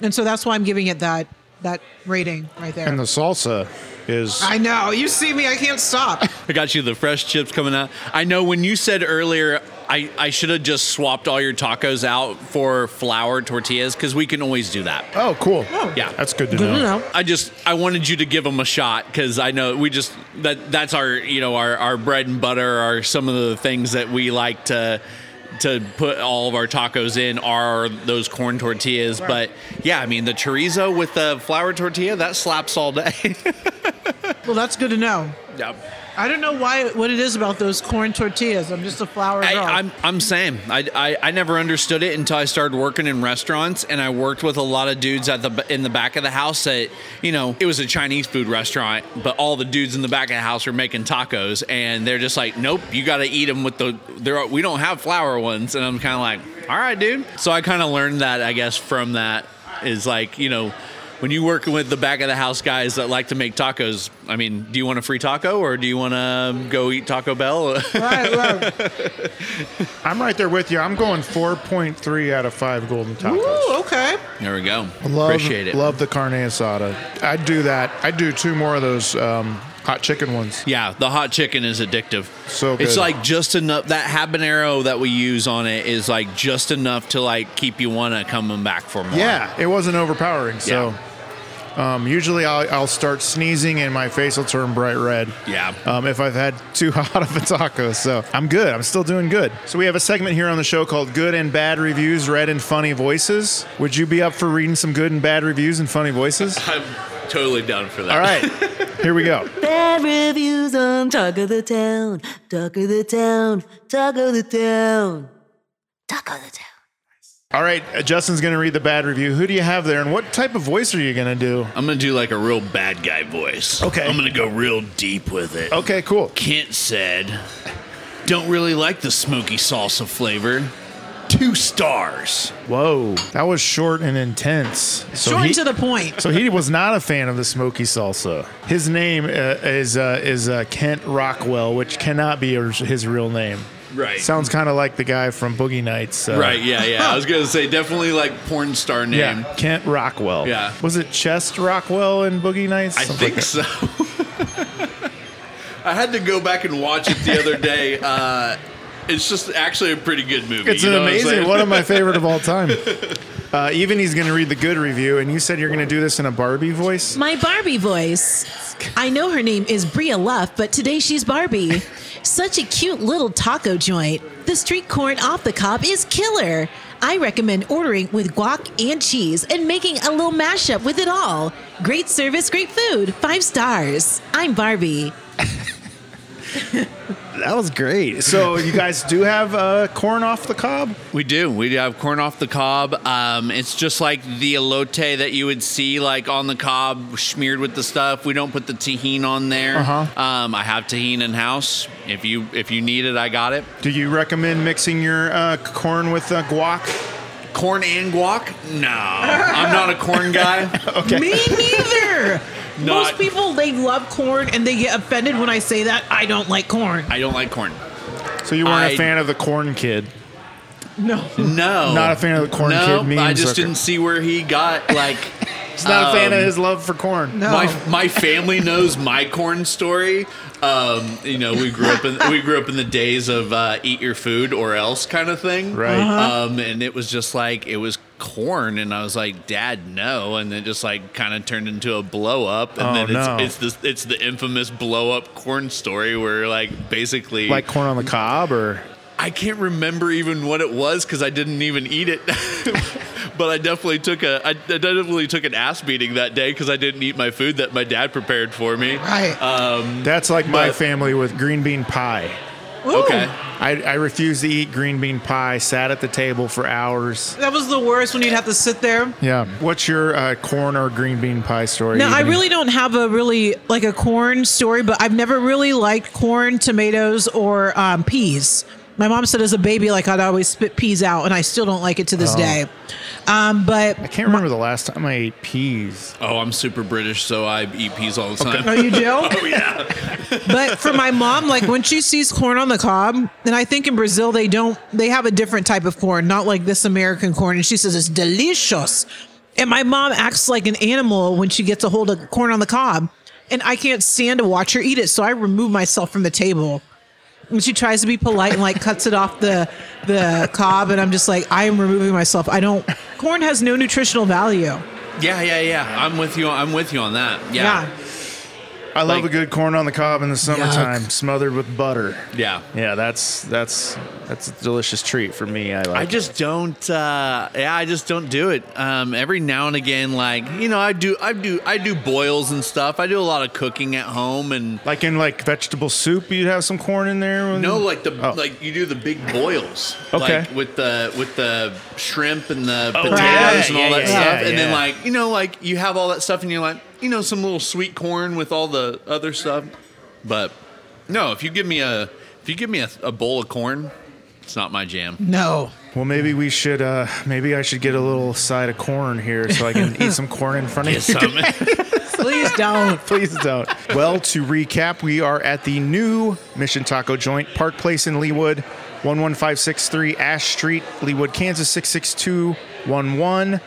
S3: and so that's why I'm giving it that that rating right there.
S5: And the salsa is.
S3: I know you see me, I can't stop.
S4: I got you the fresh chips coming out. I know when you said earlier I, I should have just swapped all your tacos out for flour tortillas because we can always do that.
S5: Oh, cool.
S4: Yeah.
S5: that's good to
S8: Good
S5: know.
S8: to know.
S4: I just I wanted you to give them a shot because I know we just that that's our you know our our bread and butter are some of the things that we like to to put all of our tacos in are those corn tortillas. But yeah, I mean the chorizo with the flour tortilla that slaps all day.
S3: Well, that's good to know.
S4: yeah.
S3: I don't know why what it is about those corn tortillas. I'm just a flour
S4: I,
S3: girl.
S4: I'm I'm same. I, I I never understood it until I started working in restaurants, and I worked with a lot of dudes at the in the back of the house. That you know, it was a Chinese food restaurant, but all the dudes in the back of the house were making tacos, and they're just like, "Nope, you got to eat them with the there. We don't have flour ones." And I'm kind of like, "All right, dude." So I kind of learned that, I guess, from that is like you know. When you work with the back of the house guys that like to make tacos, I mean, do you want a free taco or do you want to go eat Taco Bell?
S3: right, right.
S5: I'm right there with you. I'm going 4.3 out of five golden tacos.
S8: Ooh, okay.
S4: There we go.
S5: Love,
S4: Appreciate it.
S5: Love the carne asada. I'd do that. I'd do two more of those um, hot chicken ones.
S4: Yeah, the hot chicken is addictive.
S5: So
S4: it's
S5: good.
S4: like just enough. That habanero that we use on it is like just enough to like keep you wanna coming back for more.
S5: Yeah, it wasn't overpowering. So um, usually I'll, I'll start sneezing and my face will turn bright red.
S4: Yeah.
S5: Um, if I've had too hot of a taco. So I'm good. I'm still doing good. So we have a segment here on the show called Good and Bad Reviews, Read and Funny Voices. Would you be up for reading some good and bad reviews and funny voices?
S4: I'm totally down for that.
S5: All right. Here we go.
S9: Bad reviews on Talk of the Town, Talk of the Town, Talk of the Town, Talk of the Town.
S5: All right, uh, Justin's going to read the bad review. Who do you have there, and what type of voice are you going to do?
S4: I'm gonna do like a real bad guy voice.
S5: Okay.
S4: I'm gonna go real deep with it.
S5: Okay, cool.
S4: Kent said, Don't really like the smoky salsa flavor. Two stars.
S5: Whoa, that was short and intense. So
S3: Short
S5: he,
S3: and to the point.
S5: so he was not a fan of the smoky salsa. His name uh, is uh, is uh, Kent Rockwell, which cannot be his his real name.
S4: Right.
S5: Sounds kind of like the guy from Boogie Nights. uh,
S4: Right, yeah, yeah. I was gonna say definitely like porn star name.
S5: Yeah, Kent Rockwell.
S4: Yeah.
S5: Was it Chest Rockwell in Boogie Nights?
S4: I
S5: Something
S4: think
S5: like
S4: so. I had to go back and watch it the other day. Uh, it's just actually a pretty good movie.
S5: that. It's
S4: you
S5: an
S4: know what I'm
S5: amazing
S4: saying?
S5: one of my favorite of all time. Uh, even he's going to read the good review, and you said you're going to do this in a Barbie voice.
S3: My Barbie voice. I know her name is Bria Luff, but today she's Barbie. Such a cute little taco joint. The street corn off the cob is killer. I recommend ordering with guac and cheese and making a little mashup with it all. Great service, great food. Five stars. I'm Barbie.
S5: That was great. So you guys do have uh, corn off the cob?
S4: We do. We do have corn off the cob. Um, it's just like the elote that you would see like on the cob, smeared with the stuff. We don't put the tahine on there.
S5: Uh-huh.
S4: Um, I have tahine in house. If you if you need it, I got it.
S5: Do you recommend mixing your uh, corn with uh, guac?
S4: Corn and guac? No, I'm not a corn guy.
S3: Me neither.
S4: Not-
S3: Most people they love corn and they get offended when I say that I don't like corn.
S4: I don't like corn.
S5: So you weren't a
S4: I-
S5: fan of the corn kid.
S3: No.
S4: No,
S5: Not a fan of the corn
S4: no,
S5: kid meme
S4: I just
S5: sucker.
S4: didn't see where he got like.
S5: He's not a fan of
S4: um,
S5: his love for corn.
S3: No.
S4: My my family knows my corn story. Um, you know, we grew up in we grew up in the days of uh, eat your food or else kind of thing,
S5: Right.
S4: Um, and it was just like it was corn, and I was like, Dad, no, and then just like kind of turned into a blow up, and
S5: Oh,
S4: then it's
S5: no.
S4: it's this it's the infamous blow up corn story where like basically
S5: Like corn on the cob, or
S4: I can't remember even what it was because I didn't even eat it. but I definitely took a I, I definitely took an ass beating that day because I didn't eat my food that my dad prepared for me.
S3: Right.
S5: that's like my
S4: But-
S5: family with green bean pie.
S4: Okay.
S5: I, I refused to eat green bean pie. Sat at the table for hours.
S3: That was the worst when you'd have to sit there.
S5: Yeah. What's your uh, corn or green bean pie story?
S3: No, I
S5: Evening?
S3: really don't have a really like a corn story, but I've never really liked corn, tomatoes, or um, peas. My mom said as a baby, like I'd always spit peas out, and I still don't like it to this day. Um, but
S5: I can't remember the last time I ate peas.
S4: Oh, I'm super British, so I eat peas all the time.
S3: oh, you do? oh yeah. but for my mom, like when she sees corn on the cob, and I think in Brazil they don't, they have a different type of corn, not like this American corn, and she says it's delicious. And my mom acts like an animal when she gets a hold of corn on the cob, and I can't stand to watch her eat it, so I remove myself from the table. And she tries to be polite and like cuts it off the the cob, and I'm just like, I am removing myself. I don't. Corn has no nutritional value.
S4: Yeah, yeah, yeah. I'm with you. I'm with you on that. Yeah,
S5: I love
S4: Like-
S5: a good corn on the cob in the summertime, smothered with butter.
S4: yeah.
S5: Yeah, that's that's that's a delicious treat for me. I
S4: I
S5: like.
S4: just don't. Uh, yeah, I just don't do it. Um, every now and again, like you know, I do, I do, I do boils and stuff. I do a lot of cooking at home, and
S5: like in like vegetable soup, you'd have some corn in there. with-
S4: no, like the
S5: Oh.
S4: like you do the big boils,
S5: Okay.
S4: like with the with the shrimp and the
S5: Oh,
S4: potatoes
S5: yeah,
S4: and all
S5: yeah,
S4: that
S5: yeah,
S4: stuff,
S5: yeah,
S4: and then
S5: yeah.
S4: like you know, like you have all that stuff, and you're like, you know, some little sweet corn with all the other stuff, but no, if you give me a if you give me a, a bowl of corn, it's not my jam.
S3: No.
S5: Well, maybe we should. uh Maybe I should get a little side of corn here so I can eat some corn in front of you.
S3: Please don't.
S5: Please don't. Well, to recap, we are at the new Mission Taco Joint, Park Place in Leawood, 11563 Ash Street, Leawood, Kansas 66211.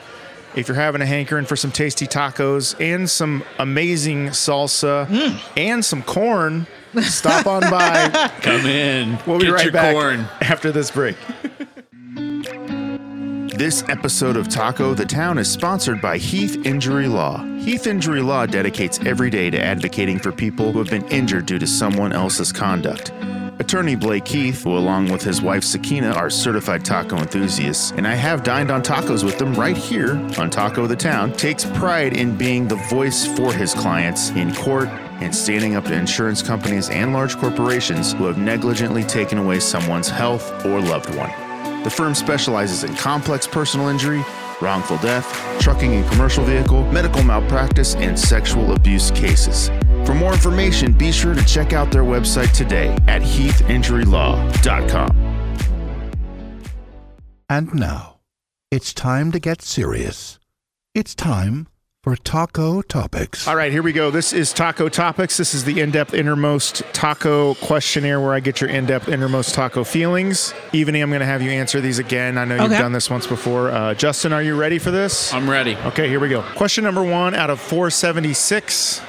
S5: If you're having a hankering for some tasty tacos and some amazing salsa
S4: Mm.
S5: and some corn, stop on by.
S4: Come in.
S5: We'll be
S4: Get
S5: right
S4: your
S5: back
S4: corn.
S5: after this break.
S1: This episode of Taco the Town is sponsored by Heath Injury Law. Heath Injury Law dedicates every day to advocating for people who have been injured due to someone else's conduct. Attorney Blake Heath, who along with his wife Sakina are certified taco enthusiasts, and I have dined on tacos with them right here on Taco the Town, takes pride in being the voice for his clients in court and standing up to insurance companies and large corporations who have negligently taken away someone's health or loved one. The firm specializes in complex personal injury, wrongful death, trucking and commercial vehicle, medical malpractice, and sexual abuse cases. For more information, be sure to check out their website today at heathinjurylaw.com.
S10: And now, it's time to get serious. It's time for Taco Topics.
S5: All right, here we go. This is Taco Topics. This is the in depth, innermost taco questionnaire where I get your in depth, innermost taco feelings. Evany, I'm going to have you answer these again. I know you've
S3: Okay.
S5: done this once before. Uh, Justin, are you ready for this?
S4: I'm ready.
S5: okay, here we go. Question number one out of 476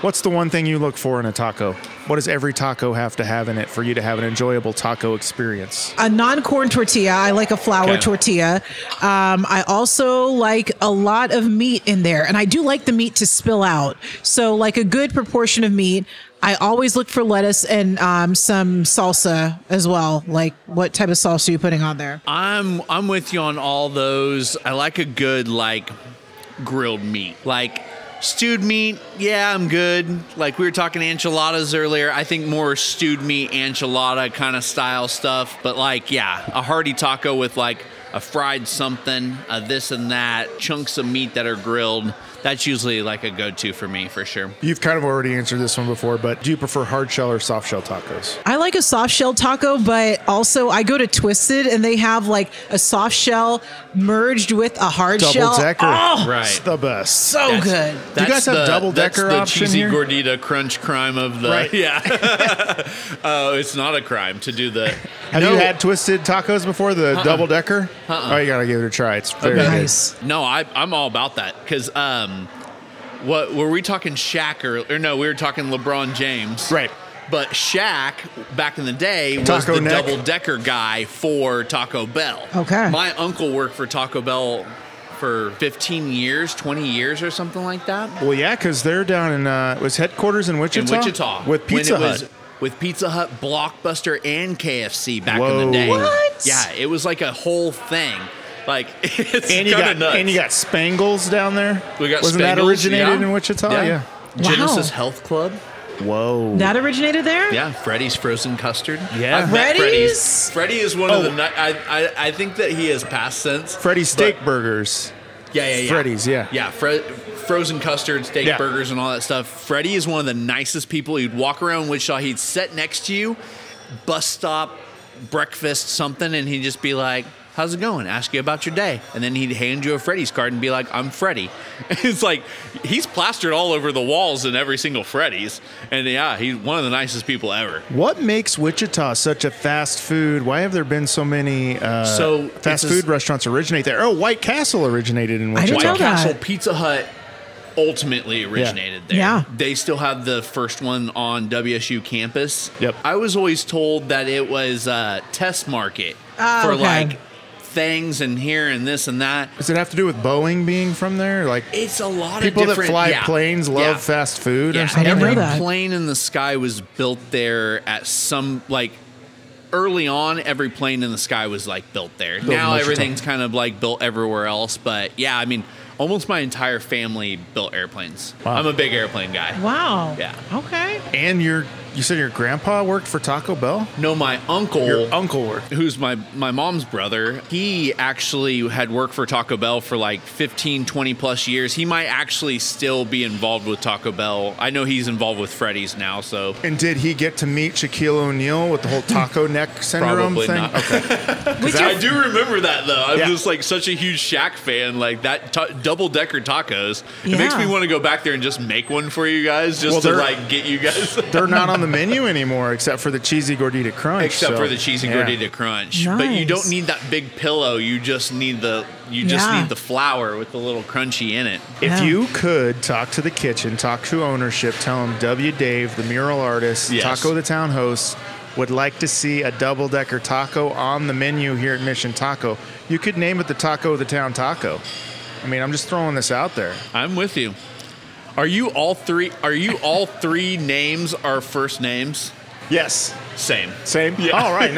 S5: What's the one thing you look for in a taco? What does every taco have to have in it for you to have an enjoyable taco experience?
S3: a non-corn tortilla. I like a flour
S4: Okay.
S3: tortilla. Um, I also like a lot of meat in there, and I do like the meat to spill out. So, like a good proportion of meat. I always look for lettuce and um, some salsa as well. Like, what type of salsa are you putting on there?
S4: I'm I'm with you on all those. I like a good like grilled meat. Like stewed meat, yeah, I'm good. Like we were talking enchiladas earlier. I think more stewed meat enchilada kind of style stuff, but like yeah, a hearty taco with like a fried something, a this and that, chunks of meat that are grilled. That's usually like a go-to for me for sure.
S5: You've kind of already answered this one before, but do you prefer hard shell or soft shell tacos?
S3: I like a soft shell taco, but also I go to Twisted and they have like a soft shell merged with a hard shell.
S5: Double decker.
S3: Oh,
S5: It's
S4: Right.
S5: the best.
S3: so good.
S5: you guys have double-decker
S4: That's the
S5: option
S4: cheesy
S5: here?
S4: gordita crunch crime of the.
S5: Right.
S4: Yeah. Oh, it's not a crime to do the.
S5: Have
S4: no, Uh-uh.
S5: you had twisted tacos before the double decker? Oh, you gotta give it a try. It's very good.
S3: Nice.
S4: No, I, I'm all about that because um, what were we talking Shaq or, or no? We were talking LeBron James,
S5: Right.
S4: But Shaq back in the day was
S5: Taco
S4: the
S5: neck.
S4: double decker guy for Taco Bell.
S3: Okay.
S4: My uncle worked for Taco Bell for 15 years, 20 years, or something like that.
S5: Well, yeah, because they're down in uh, was headquarters in
S4: in
S5: Wichita.
S4: Wichita
S5: with
S4: when
S5: Pizza
S4: it was-
S5: Hut.
S4: with Pizza Hut, Blockbuster, and KFC back in
S5: Whoa.
S4: the day.
S5: What?
S4: Yeah, it was like a whole thing. Like it's
S5: and you
S4: kinda
S5: got
S4: nuts.
S5: and you got Spangles down there.
S4: we got
S5: Wasn't that
S4: Spangles,
S5: originated
S4: yeah.
S5: in Wichita? Yeah.
S4: Genesis
S3: Wow.
S4: Health Club.
S5: Whoa.
S3: That originated there?
S4: Yeah, Freddy's frozen custard.
S5: Yeah.
S4: I've met
S3: Freddy's?
S4: Freddy's. Freddy is one
S5: Oh.
S4: of the. ni- I, I I think that he has passed since.
S5: Freddy's
S4: but-
S5: steak burgers.
S4: Yeah, yeah, yeah.
S5: Freddy's, yeah.
S4: Yeah, Fre- frozen custard, steak
S5: Yeah.
S4: burgers, and all that stuff. Freddy is one of the nicest people. He'd walk around Wichita, he'd sit next to you, bus stop, breakfast, something, and he'd just be like, How's it going? Ask you about your day. And then he'd hand you a Freddy's card and be like, I'm Freddy. It's like he's plastered all over the walls in every single Freddy's. And yeah, he's one of the nicest people ever.
S5: What makes Wichita such a fast food? Why have there been so many uh,
S4: So,
S5: fast
S4: it's a-
S5: food restaurants originate there? Oh, White Castle originated in
S3: I
S5: Wichita.
S3: didn't know
S4: White
S3: that.
S4: Castle, Pizza Hut, ultimately originated there.
S3: Yeah.
S4: They still have the first one on WSU campus.
S5: Yep.
S4: I was always told that it was a test market
S3: Ah,
S4: for
S3: okay.
S4: like things and here and this and that.
S5: Does it have to do with Boeing being from there? Like
S4: It's a lot
S5: people
S4: of
S5: that
S4: different,
S5: fly
S4: yeah.
S5: planes love
S4: Yeah.
S5: fast food or
S4: Yeah,
S5: something.
S3: know
S4: every
S3: that.
S4: plane in the sky was built there at some like early on. Every plane in the sky was like built there. now
S5: much of
S4: everything's kind of like built everywhere else. But yeah, I mean, almost my entire family built airplanes.
S5: Wow.
S4: I'm a big airplane guy.
S3: Wow.
S4: Yeah.
S3: Okay.
S5: And your you said your grandpa worked for Taco Bell?
S4: No, my uncle,
S5: Your uncle worked.
S4: who's my my mom's brother, he actually had worked for Taco Bell for like 15, 20 plus years. He might actually still be involved with Taco Bell. I know he's involved with Freddy's now, so
S5: And did he get to meet Shaquille O'Neal with the whole taco neck syndrome
S4: Probably
S5: thing?
S4: not.
S5: Okay.
S3: With
S4: I do remember that though. I'm
S5: Yeah.
S4: just like such a huge Shaq fan. Like that ta double decker tacos. It makes
S3: Yeah.
S4: me want to go back there and just make one for you guys,
S5: Well,
S4: just to
S5: they're-
S4: like get you guys.
S5: They're not on the menu anymore except for the cheesy gordita crunch.
S4: Except
S5: so-
S4: for the cheesy
S5: yeah.
S4: gordita crunch, but you don't
S3: Nice.
S4: need that big pillow. You just need the you just
S3: Yeah.
S4: need the flour with the little crunchy in it.
S5: If
S3: Yeah.
S5: you could talk to the kitchen, talk to ownership, tell them W. Dave, the mural artist,
S4: Yes.
S5: Taco the Town host, would like to see a double decker taco on the menu here at Mission Taco. You could name it the Taco the Town Taco. I mean, I'm just throwing this out there.
S4: I'm with you. Are you all three? Are you all three names our first names?
S5: Yes.
S4: Same.
S5: Same. All right.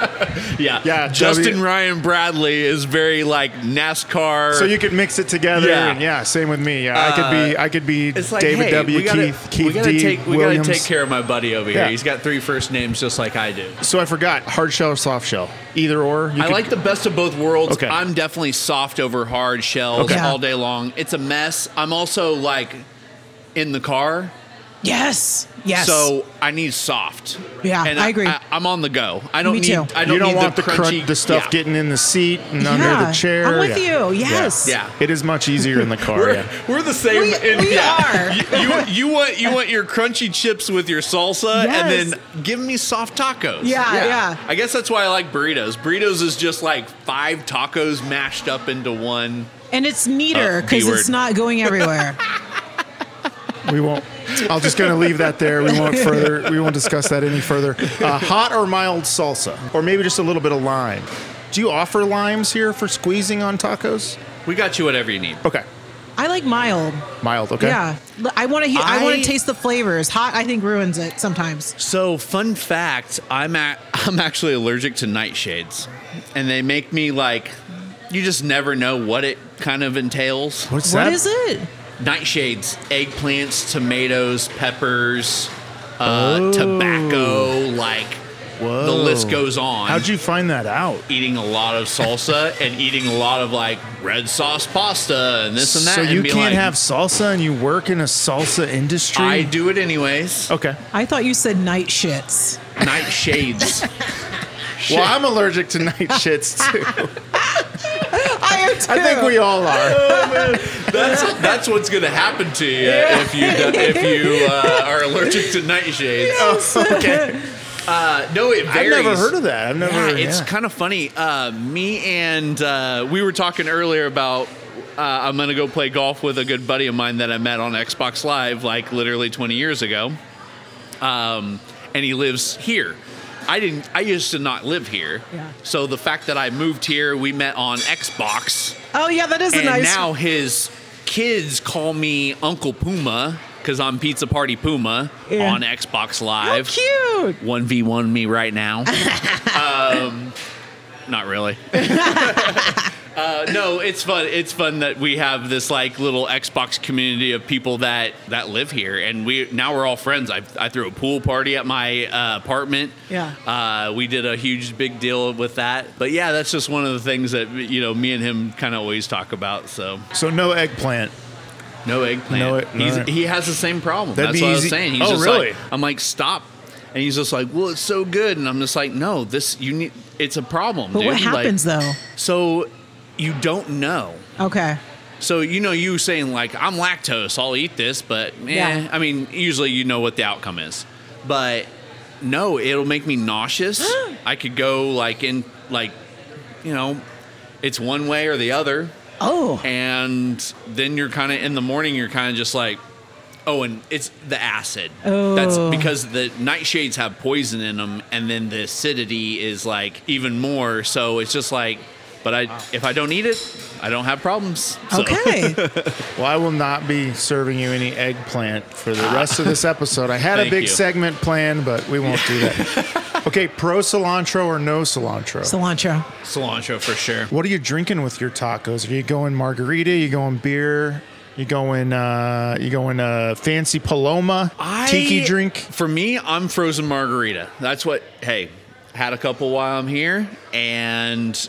S5: Nice.
S4: Yeah.
S5: Yeah,
S4: Justin
S5: W-
S4: Ryan Bradley is very like NASCAR.
S5: so you could mix it together.
S4: Yeah.
S5: And yeah. Same with me. Yeah. I could be. I could be
S4: It's like,
S5: David
S4: hey,
S5: W.
S4: we gotta,
S5: Keith. Keith
S4: we gotta
S5: D.
S4: Take, we
S5: Williams.
S4: gotta take care of my buddy over here.
S5: Yeah.
S4: He's got three first names just like I do.
S5: So I forgot hard shell or soft shell. Either or. You
S4: I
S5: could-
S4: like the best of both worlds.
S5: Okay.
S4: I'm definitely soft over hard shells
S3: Okay.
S4: all day long. It's a mess. I'm also like in the car,
S3: Yes. Yes.
S4: so I need soft.
S3: Yeah,
S4: and
S3: I agree.
S4: I, am on the go. I don't
S3: Me
S4: need.
S3: too.
S4: I don't,
S5: you don't
S4: need
S5: want the,
S4: crunchy
S5: crunch, the stuff
S4: yeah.
S5: getting in the seat and under
S3: Yeah,
S5: the chair.
S3: I'm with
S5: Yeah.
S3: you. Yes.
S4: Yeah.
S5: It is much easier in the car.
S4: We're,
S5: yeah.
S4: we're the same.
S3: We-
S4: in-
S3: we are.
S4: You, you, you want you want your crunchy chips with your salsa,
S3: Yes.
S4: and then give me soft tacos.
S3: Yeah, yeah.
S4: I guess that's why I like burritos. Burritos is just like five tacos mashed up into one.
S3: And it's neater
S4: Uh, B
S3: because it's
S4: word.
S3: not going everywhere.
S5: We won't. I'm just going to leave that there. We won't further. We won't discuss that any further. Uh, hot or mild salsa, or maybe just a little bit of lime. Do you offer limes here for squeezing on tacos?
S4: We got you whatever you need.
S5: Okay,
S3: I like mild.
S5: mild. Okay.
S3: Yeah. L- I want to. hear. I, want
S4: I-
S3: to taste the flavors. Hot, I think, ruins it sometimes.
S4: So, fun fact: I'm at, I'm actually allergic to nightshades, and they make me like. You just never know what it kind of entails.
S5: What's
S3: What
S5: that?
S3: is it?
S4: nightshades, eggplants, tomatoes, peppers, uh, tobacco, like the list goes
S5: Oh.
S4: on.
S5: How'd you find that out?
S4: eating a lot of salsa and eating a lot of like red sauce pasta and this and that?
S5: So
S4: and
S5: you
S4: be
S5: can't
S4: like,
S5: have salsa, and you work in a salsa industry.
S4: I do it anyways.
S5: Okay.
S3: I thought you said night shits.
S4: Nightshades.
S5: Well, I'm allergic to night shits too.
S3: I am too.
S5: I think we all are.
S4: that's that's what's gonna happen to you if you if you uh, are allergic to nightshades.
S5: okay.
S4: Uh, no, it
S5: I've
S4: varies.
S5: never heard of that. I've never.
S4: Yeah, it's kind of funny. Uh, me and uh, we were talking earlier about uh, I'm gonna go play golf with a good buddy of mine that I met on Xbox Live like literally 20 years ago, um, and he lives here. I didn't. I used to not live here.
S3: Yeah.
S4: So the fact that I moved here, we met on Xbox,
S3: Oh yeah, that is a
S4: and
S3: nice.
S4: now his kids call me Uncle Puma because I'm Pizza Party Puma
S3: Yeah.
S4: on Xbox
S3: How
S4: Live
S3: cute.
S4: one v one me right now. um, not really. uh, no, it's fun. It's fun that we have this like little Xbox community of people that that live here, and we now we're all friends. I, I threw a pool party at my uh, apartment.
S3: Yeah.
S4: uh, we did a huge big deal with that. But yeah, that's just one of the things that you know me and him kind of always talk about. So
S5: So no eggplant.
S4: no eggplant.
S5: No egg- no
S4: he's,
S5: egg.
S4: He has the same problem.
S5: That'd
S4: That's
S5: be
S4: what I
S5: easy-
S4: was saying. He's
S5: Oh,
S4: just
S5: really?
S4: like, I'm like, stop. And he's just like, well, it's so good. And I'm just like, no, this, you need, it's a problem.
S3: But
S4: dude.
S3: what
S4: Like,
S3: happens
S4: So you don't know.
S3: though? Okay.
S4: So, you know, you saying like, I'm lactose, I'll eat this, but eh.
S3: Yeah.
S4: I mean, usually you know what the outcome is. But no, it'll make me nauseous. I could go like in, like, you know, it's one way or the other.
S3: Oh.
S4: And then you're kind of in the morning, you're kind of just like, oh, and it's the acid. That's
S11: Oh.
S4: because the nightshades have poison in them, and then the acidity is like even more. So it's just like, but I, if I don't eat it, I don't have problems. So.
S5: well, I will not be serving you any eggplant for the rest of this episode. I had a
S4: Thank
S5: big
S4: you.
S5: segment planned, but we won't do that. okay, pro cilantro or no cilantro?
S3: Cilantro.
S4: Cilantro for sure.
S5: What are you drinking with your tacos? Are you going margarita? you going beer? You going? Uh, you going uh, fancy Paloma tiki
S4: I-
S5: drink?
S4: For me, I'm frozen margarita. That's what. Hey, had a couple while I'm here, and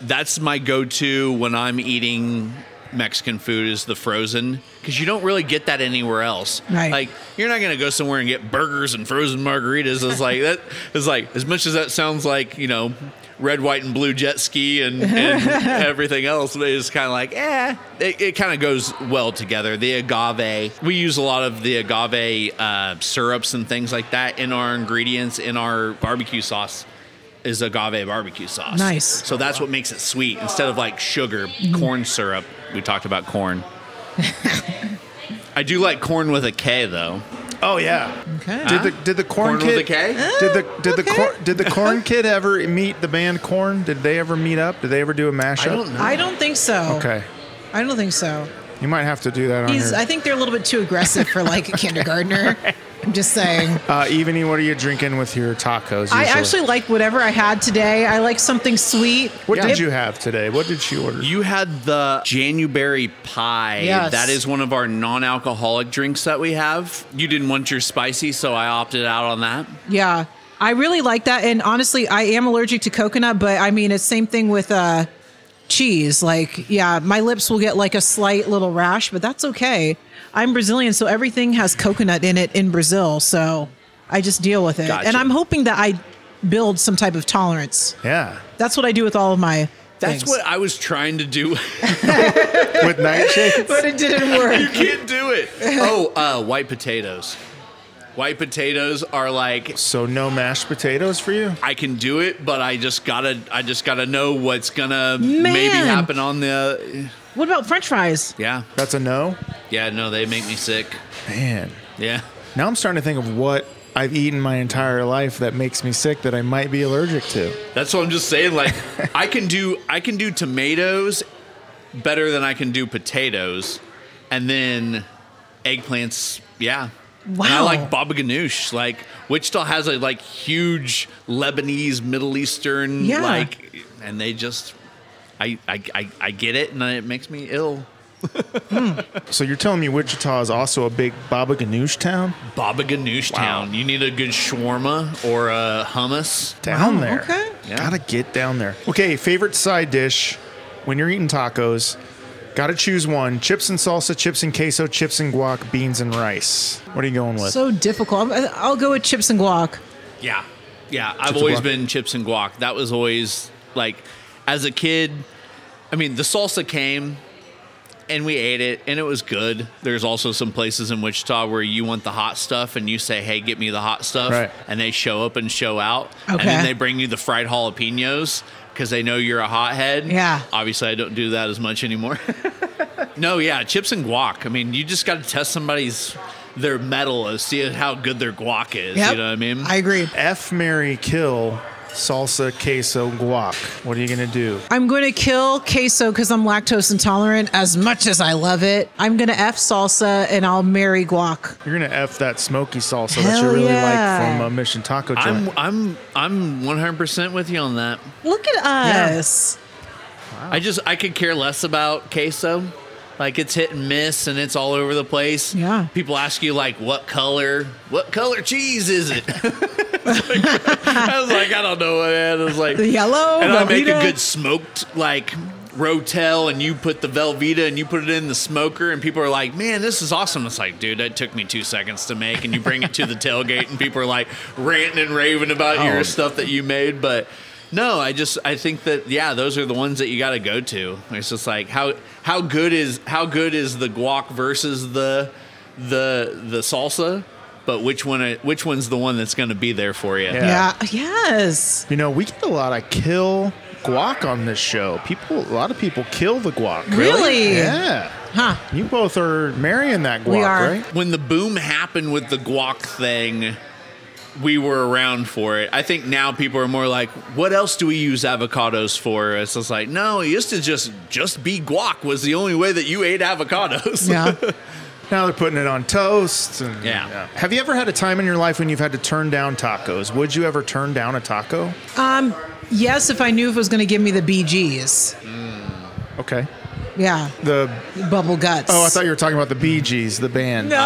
S4: that's my go-to when I'm eating Mexican food is the frozen because you don't really get that anywhere else.
S11: Right.
S4: Like you're not gonna go somewhere and get burgers and frozen margaritas. It's like that. It's like as much as that sounds like you know. Red, white, and blue jet ski and, and everything else is kind of like, eh, it, it kind of goes well together. The agave, we use a lot of the agave uh, syrups and things like that in our ingredients, in our barbecue sauce is agave barbecue sauce.
S3: Nice. Mm-hmm.
S4: So that's what makes it sweet instead of like sugar, corn syrup. We talked about corn. I do like corn with a K though.
S5: Oh yeah.
S3: Okay.
S5: Did the did the corn,
S4: Corn
S5: kid
S4: with a K?
S5: did the did the corn did the corn kid ever meet the band Corn? Did they ever meet up? Did they ever do a mashup?
S3: I don't think so.
S5: Okay,
S3: I don't think so.
S5: you might have to do that on
S3: He's.
S5: your-
S3: I think they're a little bit too aggressive for like a kindergartner. I'm just saying.
S5: uh, Evany, what are you drinking with your tacos?
S3: I
S5: usually?
S3: actually like whatever I had today. I like something sweet.
S5: What
S3: It-
S5: did you have today? What did she order?
S4: You had the January pie.
S3: Yes.
S4: That is one of our non-alcoholic drinks that we have. You didn't want your spicy, so I opted out on that.
S3: Yeah. I really like that. And honestly, I am allergic to coconut, but I mean, it's same thing with uh, cheese. Like, yeah, my lips will get like a slight little rash, but that's okay. I'm Brazilian, so everything has coconut in it in Brazil. So I just deal with it.
S5: Gotcha.
S3: And I'm hoping that I build some type of tolerance.
S5: Yeah.
S3: That's what I do with all of my.
S4: That's
S3: things.
S4: what I was trying to do.
S5: with nightshades?
S3: But it didn't work.
S4: you can't do it. Oh, uh, white potatoes. White potatoes are like
S5: so no mashed potatoes for you.
S4: I can do it, but I just gotta I just gotta know what's gonna
S3: Man.
S4: maybe happen on the
S3: What about French fries?
S4: yeah
S5: That's a no.
S4: yeah no they make me sick
S5: Man,
S4: yeah
S5: now I'm starting to think of what I've eaten my entire life that makes me sick that I might be allergic to.
S4: that's what I'm just saying like I can do I can do tomatoes better than I can do potatoes and then eggplants yeah And I
S11: Wow.
S4: like baba ganoush like Wichita has a like huge Lebanese Middle Eastern
S11: Yeah.
S4: like and they just I I I, I get it and it makes me ill.
S5: So you're telling me Wichita is also a big baba ganoush town?
S4: Baba Ganoush Town. You need a good shawarma or a hummus
S5: down there.
S4: Yeah.
S5: Gotta get down there. Oh, Okay, favorite side dish when you're eating tacos. Gotta choose one. Chips and salsa, chips and queso, chips and guac, beans and rice. What are you going with?
S3: So difficult. I'm- I'll go with chips and guac.
S4: Yeah, yeah.
S5: Chips
S4: I've
S5: and
S4: always
S5: guac.
S4: been chips and guac. That was always like, as a kid, I mean, the salsa came and we ate it and it was good. There's also some places in Wichita where you want the hot stuff and you say, hey, get me the hot stuff.
S5: Right.
S4: And they show up and show out. And
S5: Okay.
S4: then they bring you the fried jalapenos because they know you're a hothead.
S3: Yeah.
S4: Obviously, I don't do that as much anymore. No, yeah, chips and guac. I mean, you just got to test somebody's their metal and see how good their guac is.
S5: Yep.
S4: You know what I mean?
S3: I agree.
S5: F Mary Kill salsa, queso, guac. What are you gonna do?
S3: I'm going to kill queso because I'm lactose intolerant as much as I love it. I'm going to F salsa and I'll marry guac.
S5: You're gonna F that smoky salsa that you
S3: Hell
S5: really
S3: yeah.
S5: like from uh, Mission Taco Joint.
S4: I'm I'm I'm 100% with you on that.
S3: Look at us.
S4: I just I could care less about queso. Like it's hit and miss and it's all over the place. Yeah. People ask you like what color what color cheese is it? I was like, I don't know what it is. Like
S11: The yellow,
S4: And I make a
S11: Velveeta.
S4: good smoked like Rotel, and you put the Velveeta and you put it in the smoker, and people are like, "Man, this is awesome!" It's like, dude, that took me two seconds to make, and you bring it to the tailgate, and people are like ranting and raving about
S11: Oh.
S4: your stuff that you made, but. No, I just I think that yeah, those are the ones that you got to go to. It's just like how how good is how good is the guac versus the the the salsa, but which one which one's the one that's going to be there for you?
S3: Yes.
S5: You know, we get a lot of kill guac on this show. People, a lot of people kill the guac.
S3: Really?
S5: Yeah.
S3: Huh.
S5: You both are marrying that guac,
S3: We are.
S5: right?
S4: When the boom happened with the guac thing, we were around for it. I think now people are more like, what else do we use avocados for? It's just like, no, it used to just just be guac was the only way that you ate avocados.
S5: now they're putting it on toast. And,
S4: Yeah.
S5: Have you ever had a time in your life when you've had to turn down tacos? Would you ever turn down a taco?
S3: Um, yes, if I knew if it was going to give me the BGs.
S5: Okay.
S3: Yeah.
S5: The
S3: bubble guts.
S5: Oh, I thought you were talking about the Bee Gees, the band.
S3: No,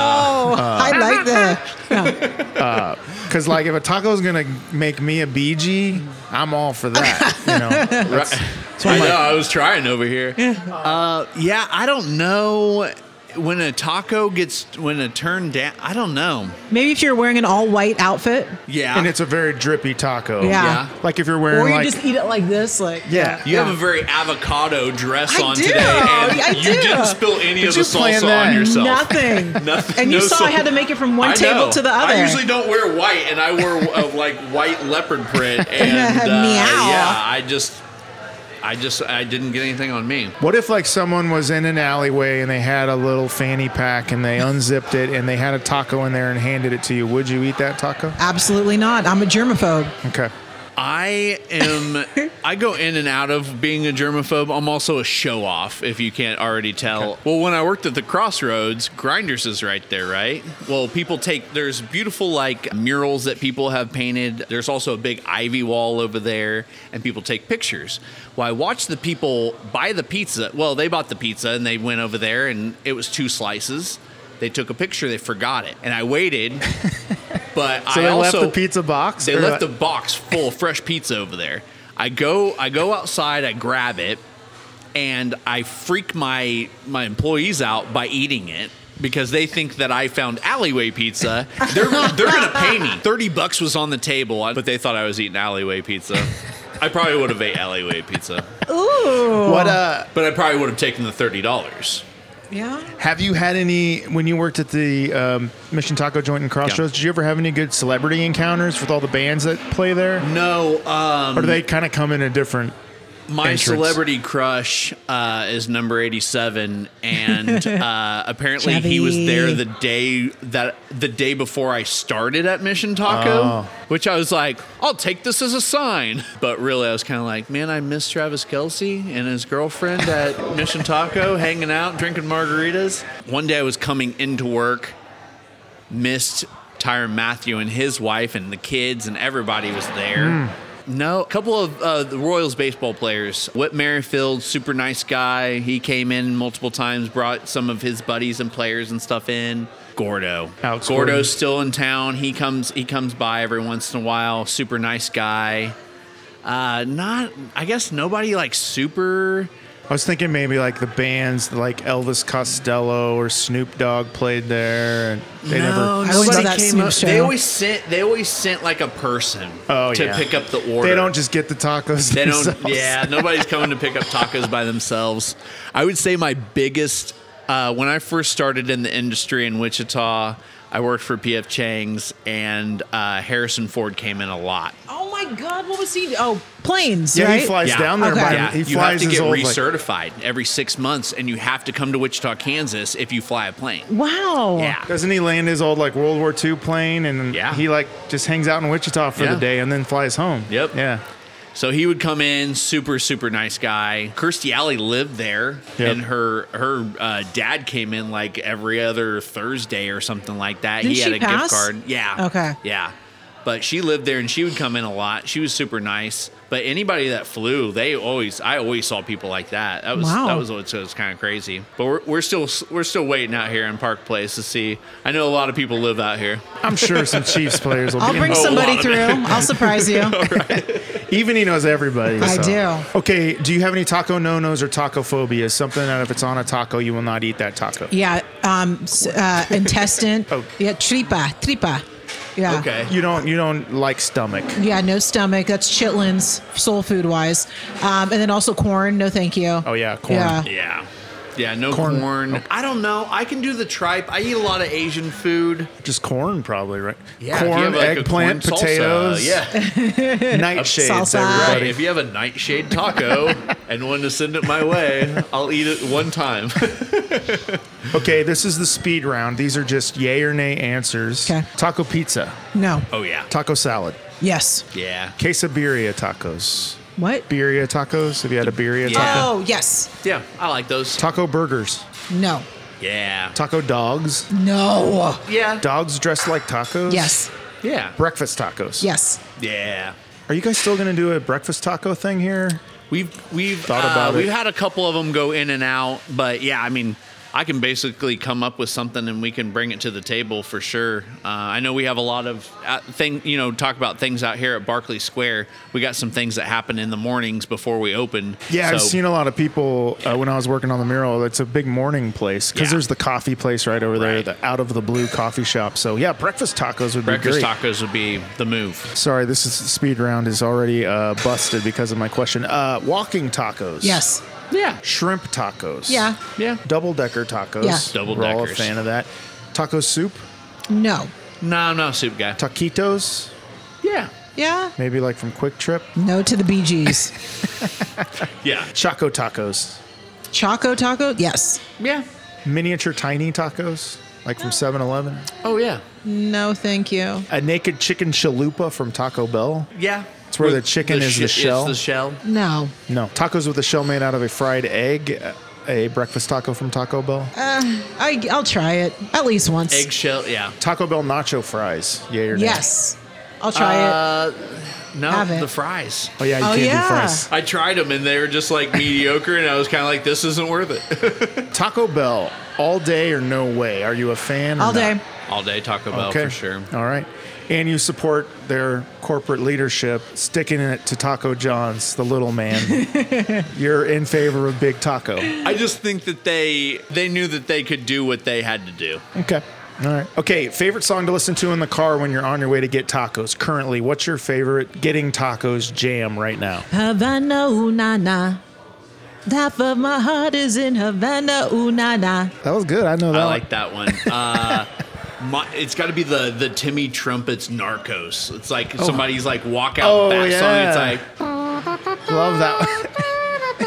S3: Uh. I like that.
S5: Because like, if a taco's gonna make me a Bee Gee, I'm all for that. You know. That's- that's what
S4: I
S5: I'm
S4: know.
S5: like-
S4: I was trying over here. Uh, yeah, I don't know when a taco gets when a turn down. I don't know.
S3: Maybe if you're wearing an all white outfit,
S4: Yeah,
S5: And it's a very drippy taco.
S3: Yeah. Yeah.
S5: Like if you're
S3: or
S5: wearing
S3: you
S5: like
S3: just eat it like this, like
S5: Yeah.
S4: You have a very avocado dress
S3: I
S4: on
S3: do.
S4: today, and
S3: I
S4: you
S3: do.
S4: didn't spill any
S5: Did
S4: of the
S5: you
S4: salsa
S5: plan that?
S4: on yourself.
S3: nothing.
S4: Nothing.
S3: And you
S4: no
S3: saw I
S4: salsa.
S3: had to make it from one
S4: I
S3: table
S4: know.
S3: to the other.
S4: I usually don't wear white, and I wore uh, like white leopard print. And uh,
S3: Meow.
S4: yeah, I just, I just, I didn't get anything on me.
S5: What if like someone was in an alleyway and they had a little fanny pack and they unzipped it and they had a taco in there and handed it to you? Would you eat that taco?
S3: Absolutely not. I'm a germaphobe.
S5: Okay.
S4: I am. I go in and out of being a germaphobe. I'm also a show off, if you can't already tell. Well, when I worked at the Crossroads, Grinders is right there, right? Well, people take. There's beautiful like murals that people have painted. There's also a big ivy wall over there, and people take pictures. Well, I watched the people buy the pizza. Well, they bought the pizza and they went over there, and it was two slices. They took a picture. They forgot it, and I waited. But
S5: So
S4: I
S5: they
S4: also
S5: left the pizza box.
S4: they
S5: Or, uh,
S4: left the
S5: like-
S4: box full of fresh pizza over there. I go I go outside, I grab it, and I freak my my employees out by eating it because they think that I found alleyway pizza. They're they're gonna pay me. Thirty bucks was on the table, but they thought I was eating alleyway pizza. I probably would have ate alleyway pizza,
S3: Ooh.
S5: What uh?
S4: but I probably would have taken the thirty dollars.
S3: Yeah.
S5: Have you had any when you worked at the um, Mission Taco Joint in Crossroads? Did you ever have any good celebrity encounters with all the bands that play there,
S4: No, um,
S5: or do they kind of come in a different?
S4: My
S5: entrance.
S4: celebrity crush uh, is number eighty-seven, and uh, apparently he was
S3: Chubby.
S4: there the day that the day before I started at Mission Taco,
S5: Oh.
S4: which I was like, I'll take this as a sign. But really, I was kind of like, man, I miss Travis Kelsey and his girlfriend at Mission Taco, hanging out, drinking margaritas. One day I was coming into work, missed Tyron Matthew and his wife and the kids and everybody was there.
S5: Hmm.
S4: No, a couple of uh, the Royals baseball players. Whit Merrifield, super nice guy. He came in multiple times, brought some of his buddies and players and stuff in. Gordo.
S5: Alex Gordon.
S4: Gordo's still in town. He comes he comes by every once in a while. Super nice guy. Uh, not I guess nobody like super
S5: I was thinking maybe like the bands like Elvis Costello or Snoop Dogg played there, and they never.
S3: I always
S4: nobody
S3: love that
S4: came
S3: Snoop
S4: up-
S3: show.
S4: They always sent they always sent like a person
S5: Oh,
S4: to
S5: yeah.
S4: pick up the order.
S5: They don't just get the tacos.
S4: They don't.
S5: themselves.
S4: Yeah, nobody's coming to pick up tacos by themselves. I would say my biggest uh, when I first started in the industry in Wichita, I worked for PF Chang's, and uh, Harrison Ford came in a lot.
S3: Oh my God, what was he? Oh, planes,
S5: Yeah,
S3: right?
S5: he flies
S4: Yeah.
S5: down there.
S3: Okay.
S5: By,
S4: Yeah,
S5: He
S4: you have
S5: flies
S4: to
S5: his
S4: get
S5: old, like-
S4: recertified every six months, and you have to come to Wichita, Kansas, if you fly a plane.
S3: Wow.
S4: Yeah.
S5: Doesn't he land his old like World War II plane and
S4: Yeah.
S5: he like just hangs out in Wichita for
S4: Yeah.
S5: the day and then flies home?
S4: Yep.
S5: Yeah.
S4: So he would come in, super super nice guy. Kirstie Alley lived there,
S5: Yep.
S4: and her her uh, dad came in like every other Thursday or something like that.
S3: Didn't
S4: he had
S3: she
S4: a
S3: pass?
S4: gift card. Yeah.
S3: Okay.
S4: Yeah. But she lived there, and she would come in a lot. She was super nice. But anybody that flew, they always I always saw people like that. That was
S3: Wow.
S4: that was what was kind of crazy. But we're, we're still we're still waiting out here in Park Place to see. I know a lot of people live out here.
S5: I'm sure some Chiefs players will
S3: I'll
S5: be.
S3: bring
S4: Oh, a
S3: somebody
S4: lot of
S3: through. I'll surprise you.
S5: Even he knows everybody.
S3: I
S5: so.
S3: do.
S5: Okay. Do you have any taco no nos or taco phobias? Something that if it's on a taco, you will not eat that taco.
S3: Yeah. Um, s- uh, intestine.
S5: Oh.
S3: Yeah. Tripa. Tripa. Yeah.
S4: Okay.
S5: You don't. You don't like stomach.
S3: Yeah, no stomach. That's chitlins, soul food wise, um, and then also corn. No, thank you.
S5: Oh yeah, corn.
S3: Yeah.
S4: Yeah. Yeah, no corn.
S5: Corn.
S4: I don't know. I can do the tripe. I eat a lot of Asian food.
S5: Just corn, probably, right?
S4: Yeah, if you
S5: corn,
S4: have, like, a
S5: eggplant,
S4: corn salsa,
S5: potatoes.
S4: yeah.
S5: Nightshades,
S4: Right,
S5: everybody.
S4: If you have a nightshade taco and want to send it my way, I'll eat it one time.
S5: Okay, this is the speed round. These are just yay or nay answers. Taco pizza.
S3: No.
S4: Oh, yeah.
S5: Taco salad.
S3: Yes.
S4: Yeah.
S5: Quesabiria tacos.
S3: What?
S5: Birria tacos. Have you had a birria taco?
S3: Oh, yes.
S4: Yeah, I like those.
S5: Taco burgers.
S3: No.
S4: Yeah.
S5: Taco dogs.
S3: No.
S4: Yeah.
S5: Dogs dressed like tacos.
S3: Yes.
S4: Yeah.
S5: Breakfast tacos.
S3: Yes.
S4: Yeah.
S5: Are you guys still gonna do a breakfast taco thing here?
S4: We've we've
S5: Thought
S4: uh,
S5: about it.
S4: we've had a couple of them go in and out, but yeah, I mean, I can basically come up with something and we can bring it to the table for sure. Uh, I know we have a lot of uh, thing, you know, talk about things out here at Barclay Square. We got some things that happen in the mornings before we open.
S5: Yeah, I've
S4: So-
S5: seen a lot of people uh, when I was working on the mural. It's a big morning place because
S4: Yeah.
S5: there's the coffee place right over there, the Out of the Blue coffee shop. So yeah, breakfast tacos would
S4: breakfast
S5: be great.
S4: tacos would be the move.
S5: Sorry, this is speed round is already uh, busted because of my question. Uh, walking tacos.
S3: Yes.
S4: Yeah.
S5: Shrimp tacos.
S3: Yeah.
S4: Yeah.
S5: Double decker tacos.
S3: Yeah.
S4: Double
S5: We're all a
S4: deckers.
S5: fan of that. Taco soup.
S3: No.
S4: No, I'm not a soup guy.
S5: Taquitos.
S4: Yeah.
S3: Yeah.
S5: Maybe like from Quick Trip.
S3: No to the Bee Gees.
S4: Yeah.
S5: Choco tacos.
S3: Choco taco? Yes.
S4: Yeah.
S5: Miniature tiny tacos. Like from 7 Eleven.
S4: Oh yeah.
S3: No, thank you.
S5: A naked chicken chalupa from Taco Bell.
S4: Yeah.
S5: It's where the chicken is the shell.
S4: the shell.
S3: No.
S5: No. Tacos with a shell made out of a fried egg. A breakfast taco from Taco Bell.
S3: Uh, I, I'll try it at least once.
S4: Eggshell. Yeah.
S5: Taco Bell nacho fries. Yay or nay?
S3: Yes. I'll try
S4: uh, No,
S3: Have it.
S4: the fries.
S5: Oh yeah, you
S3: Oh,
S5: can't
S3: yeah.
S5: do fries.
S4: I tried them and they were just like mediocre, and I was kind of like, this isn't worth it.
S5: Taco Bell, all day or no way. Are you a fan?
S3: it.
S5: or
S3: All day.
S5: not?
S4: All day Taco Bell for sure.
S5: All right. And you support their corporate leadership, sticking it to Taco John's, the little man. You're in favor of Big Taco.
S4: I just think that they they knew that they could do what they had to do.
S5: Okay. All right. Okay. Favorite song to listen to in the car when you're on your way to get tacos? Currently, what's your favorite getting tacos jam right now?
S12: Havana Unana. Half of my heart is in Havana Unana.
S5: That was good. I know that.
S4: I
S5: one.
S4: like that one. Uh, my, it's got to be the the Timmy Trumpets Narcos. It's like somebody's like walkout
S5: Oh,
S4: back song.
S5: yeah.
S4: It's like
S5: Love that.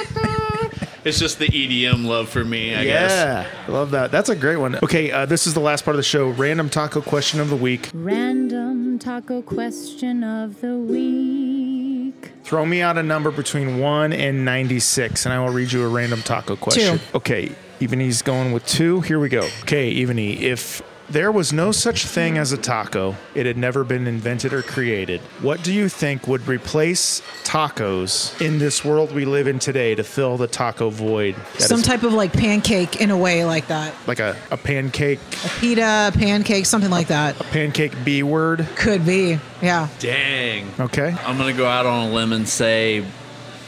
S4: it's just the EDM love for me. I guess.
S5: yeah. I love that. That's a great one. Okay. Uh, this is the last part of the show. Random taco question of the week.
S6: Random taco question of the week.
S5: Throw me out a number between 1 and 96, and I will read you a random taco question.
S6: Two.
S5: Okay, Ebony's going with two. Here we go. Okay, Ebony, if there was no such thing as a taco, it had never been invented or created, what do you think would replace tacos in this world we live in today to fill the taco void? That is
S3: Some type of like pancake in a way like that.
S5: like a, a pancake,
S3: Pita, pancake, something like that.
S5: pancake B word.
S3: Could be. Yeah.
S4: Dang.
S5: Okay.
S4: I'm gonna go out on a limb and say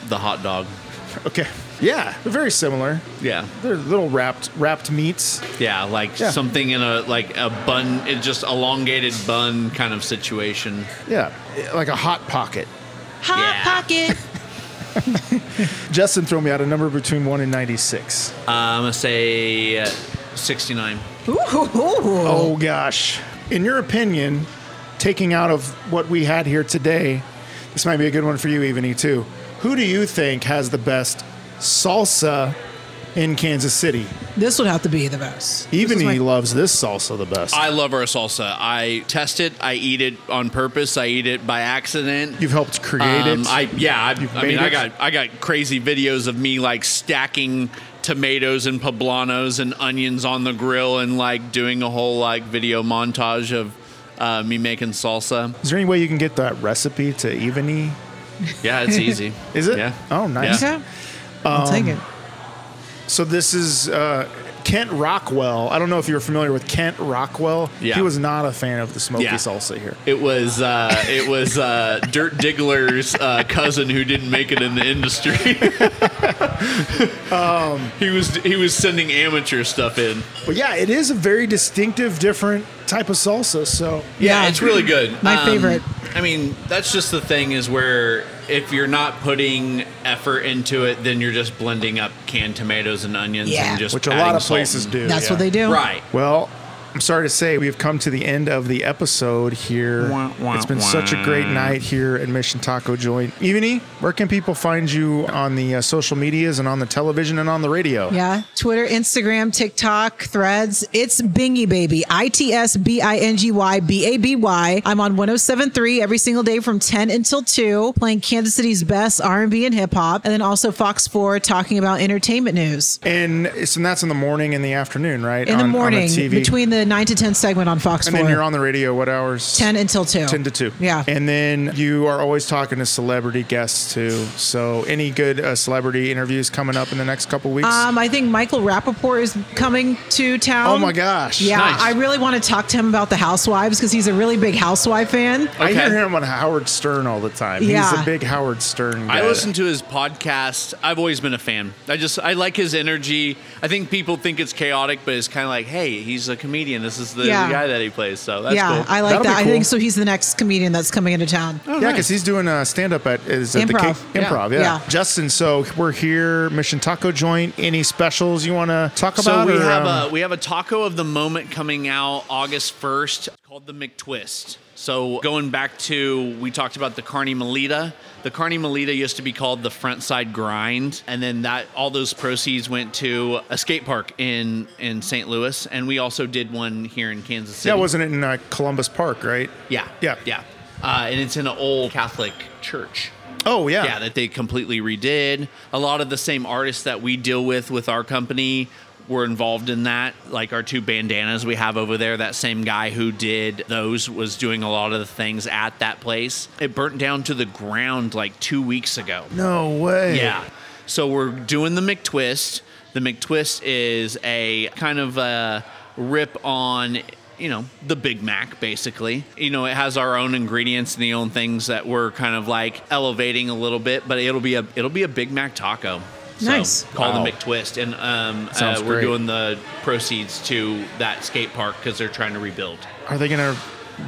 S4: the hot dog.
S5: Okay. Yeah, they're very similar.
S4: Yeah.
S5: They're little wrapped wrapped meats.
S4: Yeah, like
S5: Yeah.
S4: something in a like a bun, it just elongated bun kind of situation.
S5: Yeah, like a hot pocket.
S3: Hot pocket.
S5: Justin throw me out a number between 1 and 96.
S4: Uh, I'm gonna say uh, 69.
S3: Ooh.
S5: Oh gosh. In your opinion, taking out of what we had here today, this might be a good one for you, Evany, too. Who do you think has the best salsa in Kansas City?
S3: This would have to be the best. This is
S5: Evany
S3: my-
S5: loves this salsa the best.
S4: I love our salsa. I test it. I eat it on purpose. I eat it by accident.
S5: You've helped create
S4: Um,
S5: it.
S4: I yeah. I,
S5: You've
S4: I mean,
S5: made
S4: I
S5: it.
S4: got I got crazy videos of me like stacking tomatoes and poblanos and onions on the grill and like doing a whole like video montage of uh, me making salsa.
S5: Is there any way you can get that recipe to Evany?
S4: Yeah, it's easy.
S5: Is it?
S4: Yeah.
S5: Oh, nice.
S4: Yeah.
S3: Yeah. I'll
S5: Um,
S3: take it.
S5: So this is uh, Kent Rockwell. I don't know if you're familiar with Kent Rockwell.
S4: Yeah.
S5: He was not a fan of the smoky
S4: Yeah.
S5: salsa here.
S4: It was uh, it was uh, Dirt Diggler's uh, cousin who didn't make it in the industry. he was he was sending amateur stuff in.
S5: But yeah, it is a very distinctive, different type of salsa. So
S4: Yeah, it's really good. Um,
S3: My favorite.
S4: I mean, that's just the thing is where if you're not putting effort into it, then you're just blending up canned tomatoes and onions
S5: Yeah.
S4: and just
S5: Which a
S4: adding
S5: lot of
S4: salt
S5: places
S4: and-
S5: do. yeah.
S4: Right.
S5: Well, I'm sorry to say we've come to the end of the episode here.
S4: Wah, wah,
S5: it's been
S4: wah.
S5: such a great night here at Mission Taco Joint. Evany, where can people find you on the uh, social medias and on the television and on the radio?
S3: Yeah. Twitter, Instagram, TikTok, threads. It's Bingy Baby. I T S B I N G Y B A B Y. I'm on 1073 every single day from 10 until 2, playing Kansas City's best R&B and hip hop. And then also Fox 4 talking about entertainment news.
S5: And so that's in the morning and the afternoon, right?
S3: In
S5: On-
S3: the
S5: on
S3: morning,
S5: TV.
S3: between the 9 to 10 segment on Fox
S5: And
S3: 4.
S5: then you're on the radio. What hours?
S3: 10 until 2.
S5: 10 to 2.
S3: Yeah.
S5: And then you are always talking to celebrity guests too. So, any good uh, celebrity interviews coming up in the next couple weeks?
S3: Um, I think Michael Rappaport is coming to town.
S5: Oh my gosh.
S3: Yeah,
S5: Nice.
S3: I really want to talk to him about the Housewives because he's a really big Housewife fan.
S5: I hear him on Howard Stern all the time. He's
S3: Yeah.
S5: a big Howard Stern guy.
S4: I listen to his podcast. I've always been a fan. I just I like his energy. I think people think it's chaotic, but it's kind of like, hey, he's a comedian. This is the, the
S3: Yeah.
S4: guy that he plays. So that's
S3: yeah,
S4: cool.
S3: I like that. I think so. He's the next comedian that's coming into town.
S4: oh,
S5: yeah, because he's doing a stand up at is
S3: Improv.
S5: at the
S3: Yeah.
S5: King, improv. Yeah.
S3: Yeah.
S5: Justin, so we're here, Mission Taco Joint. Any specials you want to talk
S4: So
S5: about?
S4: we
S5: or,
S4: have
S5: um,
S4: a we have a taco of the moment coming out August first called the McTwist. So going back to we talked about the Carne Melita. The Carne Melita used to be called the Front Side Grind, and then that all those proceeds went to a skate park in in St. Louis, and we also did one here in Kansas City.
S5: yeah, wasn't it in uh, Columbus Park, right?
S4: Yeah.
S5: Yeah.
S4: Yeah. Uh, and it's in an old Catholic church.
S5: Oh yeah.
S4: Yeah, that they completely redid. A lot of the same artists that we deal with with our company were involved in that. Like our two bandanas we have over there, that same guy who did those was doing a lot of the things at that place. It burnt down to the ground like 2 weeks ago.
S5: No way.
S4: Yeah. So we're doing the McTwist. The McTwist is a kind of a rip on, you know, the Big Mac, basically. You know, it has our own ingredients and the own things that we're kind of like elevating a little bit, but it'll be a it'll be a Big Mac taco.
S3: Nice.
S4: Called
S5: Wow.
S4: the McTwist, and um,
S5: Sounds
S4: uh, we're
S5: great.
S4: doing the proceeds to that skate park because they're trying to rebuild.
S5: Are they going to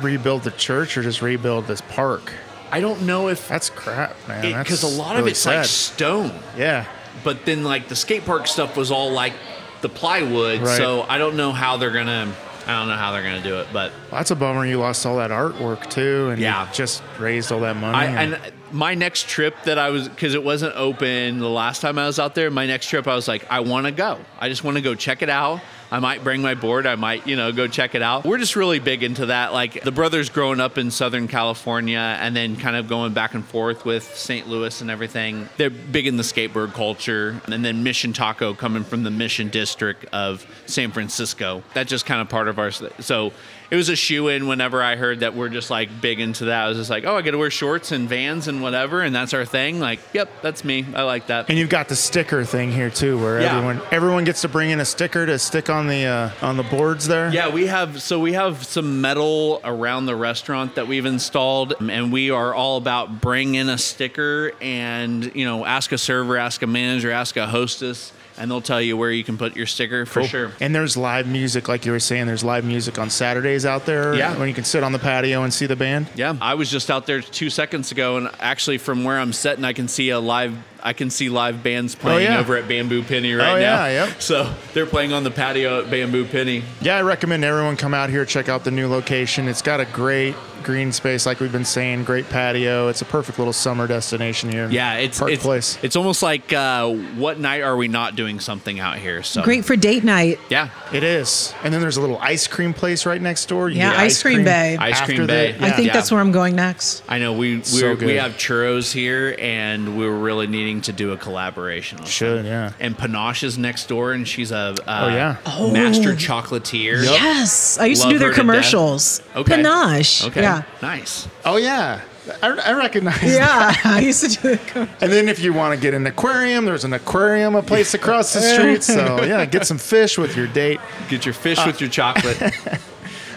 S5: rebuild the church or just rebuild this park?
S4: I don't know if
S5: that's crap, man. That's
S4: because a lot of
S5: really
S4: it's
S5: sad.
S4: like stone.
S5: Yeah.
S4: But then like the skate park stuff was all like the plywood,
S5: Right.
S4: so I don't know how they're gonna. I don't know how they're gonna do it, but
S5: Well, that's a bummer. You lost all that artwork too, and
S4: Yeah.
S5: you just raised all that money.
S4: I
S5: and-
S4: and my next trip that I was because it wasn't open the last time I was out there. My next trip, I was like, I want to go. I just want to go check it out. I might bring my board. I might, you know, go check it out. We're just really big into that. Like the brothers growing up in Southern California and then kind of going back and forth with St. Louis and everything. They're big in the skateboard culture. And then Mission Taco coming from the Mission District of San Francisco. That's just kind of part of our. So it was a shoe in whenever I heard that we're just like big into that. I was just like, oh, I got to wear shorts and vans and whatever, and that's our thing. Like, yep, that's me. I like that.
S5: And you've got the sticker thing here too, where
S4: Yeah.
S5: everyone everyone gets to bring in a sticker to stick on the uh, on the boards there.
S4: Yeah, we have so we have some metal around the restaurant that we've installed, and we are all about bring in a sticker and you know ask a server, ask a manager, ask a hostess, and they'll tell you where you can put your sticker for
S5: Cool.
S4: sure.
S5: And there's live music, like you were saying. There's live music on Saturdays out there.
S4: Yeah.
S5: When you can sit on the patio and see the band.
S4: Yeah, I was just out there two seconds ago, and actually, from where I'm sitting, I can see a live. I can see live bands playing
S5: yeah.
S4: over at Bamboo Penny right
S5: yeah,
S4: now.
S5: yep.
S4: So they're playing on the patio at Bamboo Penny.
S5: Yeah, I recommend everyone come out here, check out the new location. It's got a great green space, like we've been saying, great patio. It's a perfect little summer destination here. in
S4: Yeah, it's
S5: Park
S4: it's
S5: Place.
S4: it's almost like uh, what night are we not doing something out here? So
S3: Great for date night.
S4: Yeah,
S5: it is. And then there's a little ice cream place right next door. You
S3: Yeah,
S5: get
S3: ice cream bay.
S4: Ice cream
S5: after
S4: bay.
S5: that.
S3: I think
S4: Yeah.
S3: that's where I'm going next.
S4: I know we we
S5: So
S4: we
S5: good.
S4: have churros here, and we're really needing to do a collaboration. on
S5: Should yeah.
S4: that. And Panache is next door, and she's a uh,
S5: Oh, yeah.
S3: Oh.
S4: master chocolatier.
S3: Yes, I used to do
S4: Love
S3: their
S4: her to death.
S3: commercials.
S4: Okay.
S3: Panache.
S4: Okay.
S3: Yeah.
S4: Nice.
S5: Oh yeah, I, I recognize.
S3: Yeah,
S5: that.
S3: I used to do it.
S5: And then if you want to get an aquarium, there's an aquarium a place across the street. So yeah, get some fish with your date.
S4: Get your fish
S5: Uh,
S4: with your chocolate.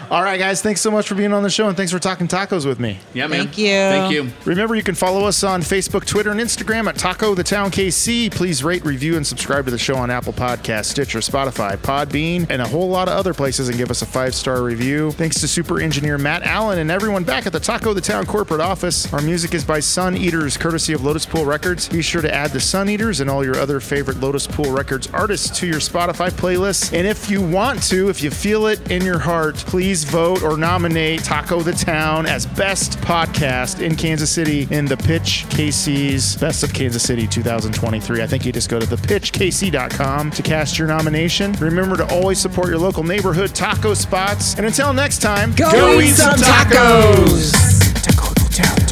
S5: All right, guys. Thanks so much for being on the show and thanks for talking tacos with me.
S11: Yeah, man. Thank you. Thank you.
S5: Remember, you can follow us on Facebook, Twitter, and Instagram at Taco the Town KC. Please rate, review, and subscribe to the show on Apple Podcasts, Stitcher, Spotify, Podbean, and a whole lot of other places and give us a five star review. Thanks to super engineer Matt Allen and everyone back at the Taco the Town corporate office. Our music is by Sun Eaters, courtesy of Lotus Pool Records. Be sure to add the Sun Eaters and all your other favorite Lotus Pool Records artists to your Spotify playlist. And if you want to, if you feel it in your heart, please vote or nominate Taco the Town as best podcast in Kansas City in the Pitch KC's Best of Kansas City 2023. I think you just go to thepitchkc.com to cast your nomination. Remember to always support your local neighborhood taco spots. And until next time,
S2: Go eat some tacos. Taco the town.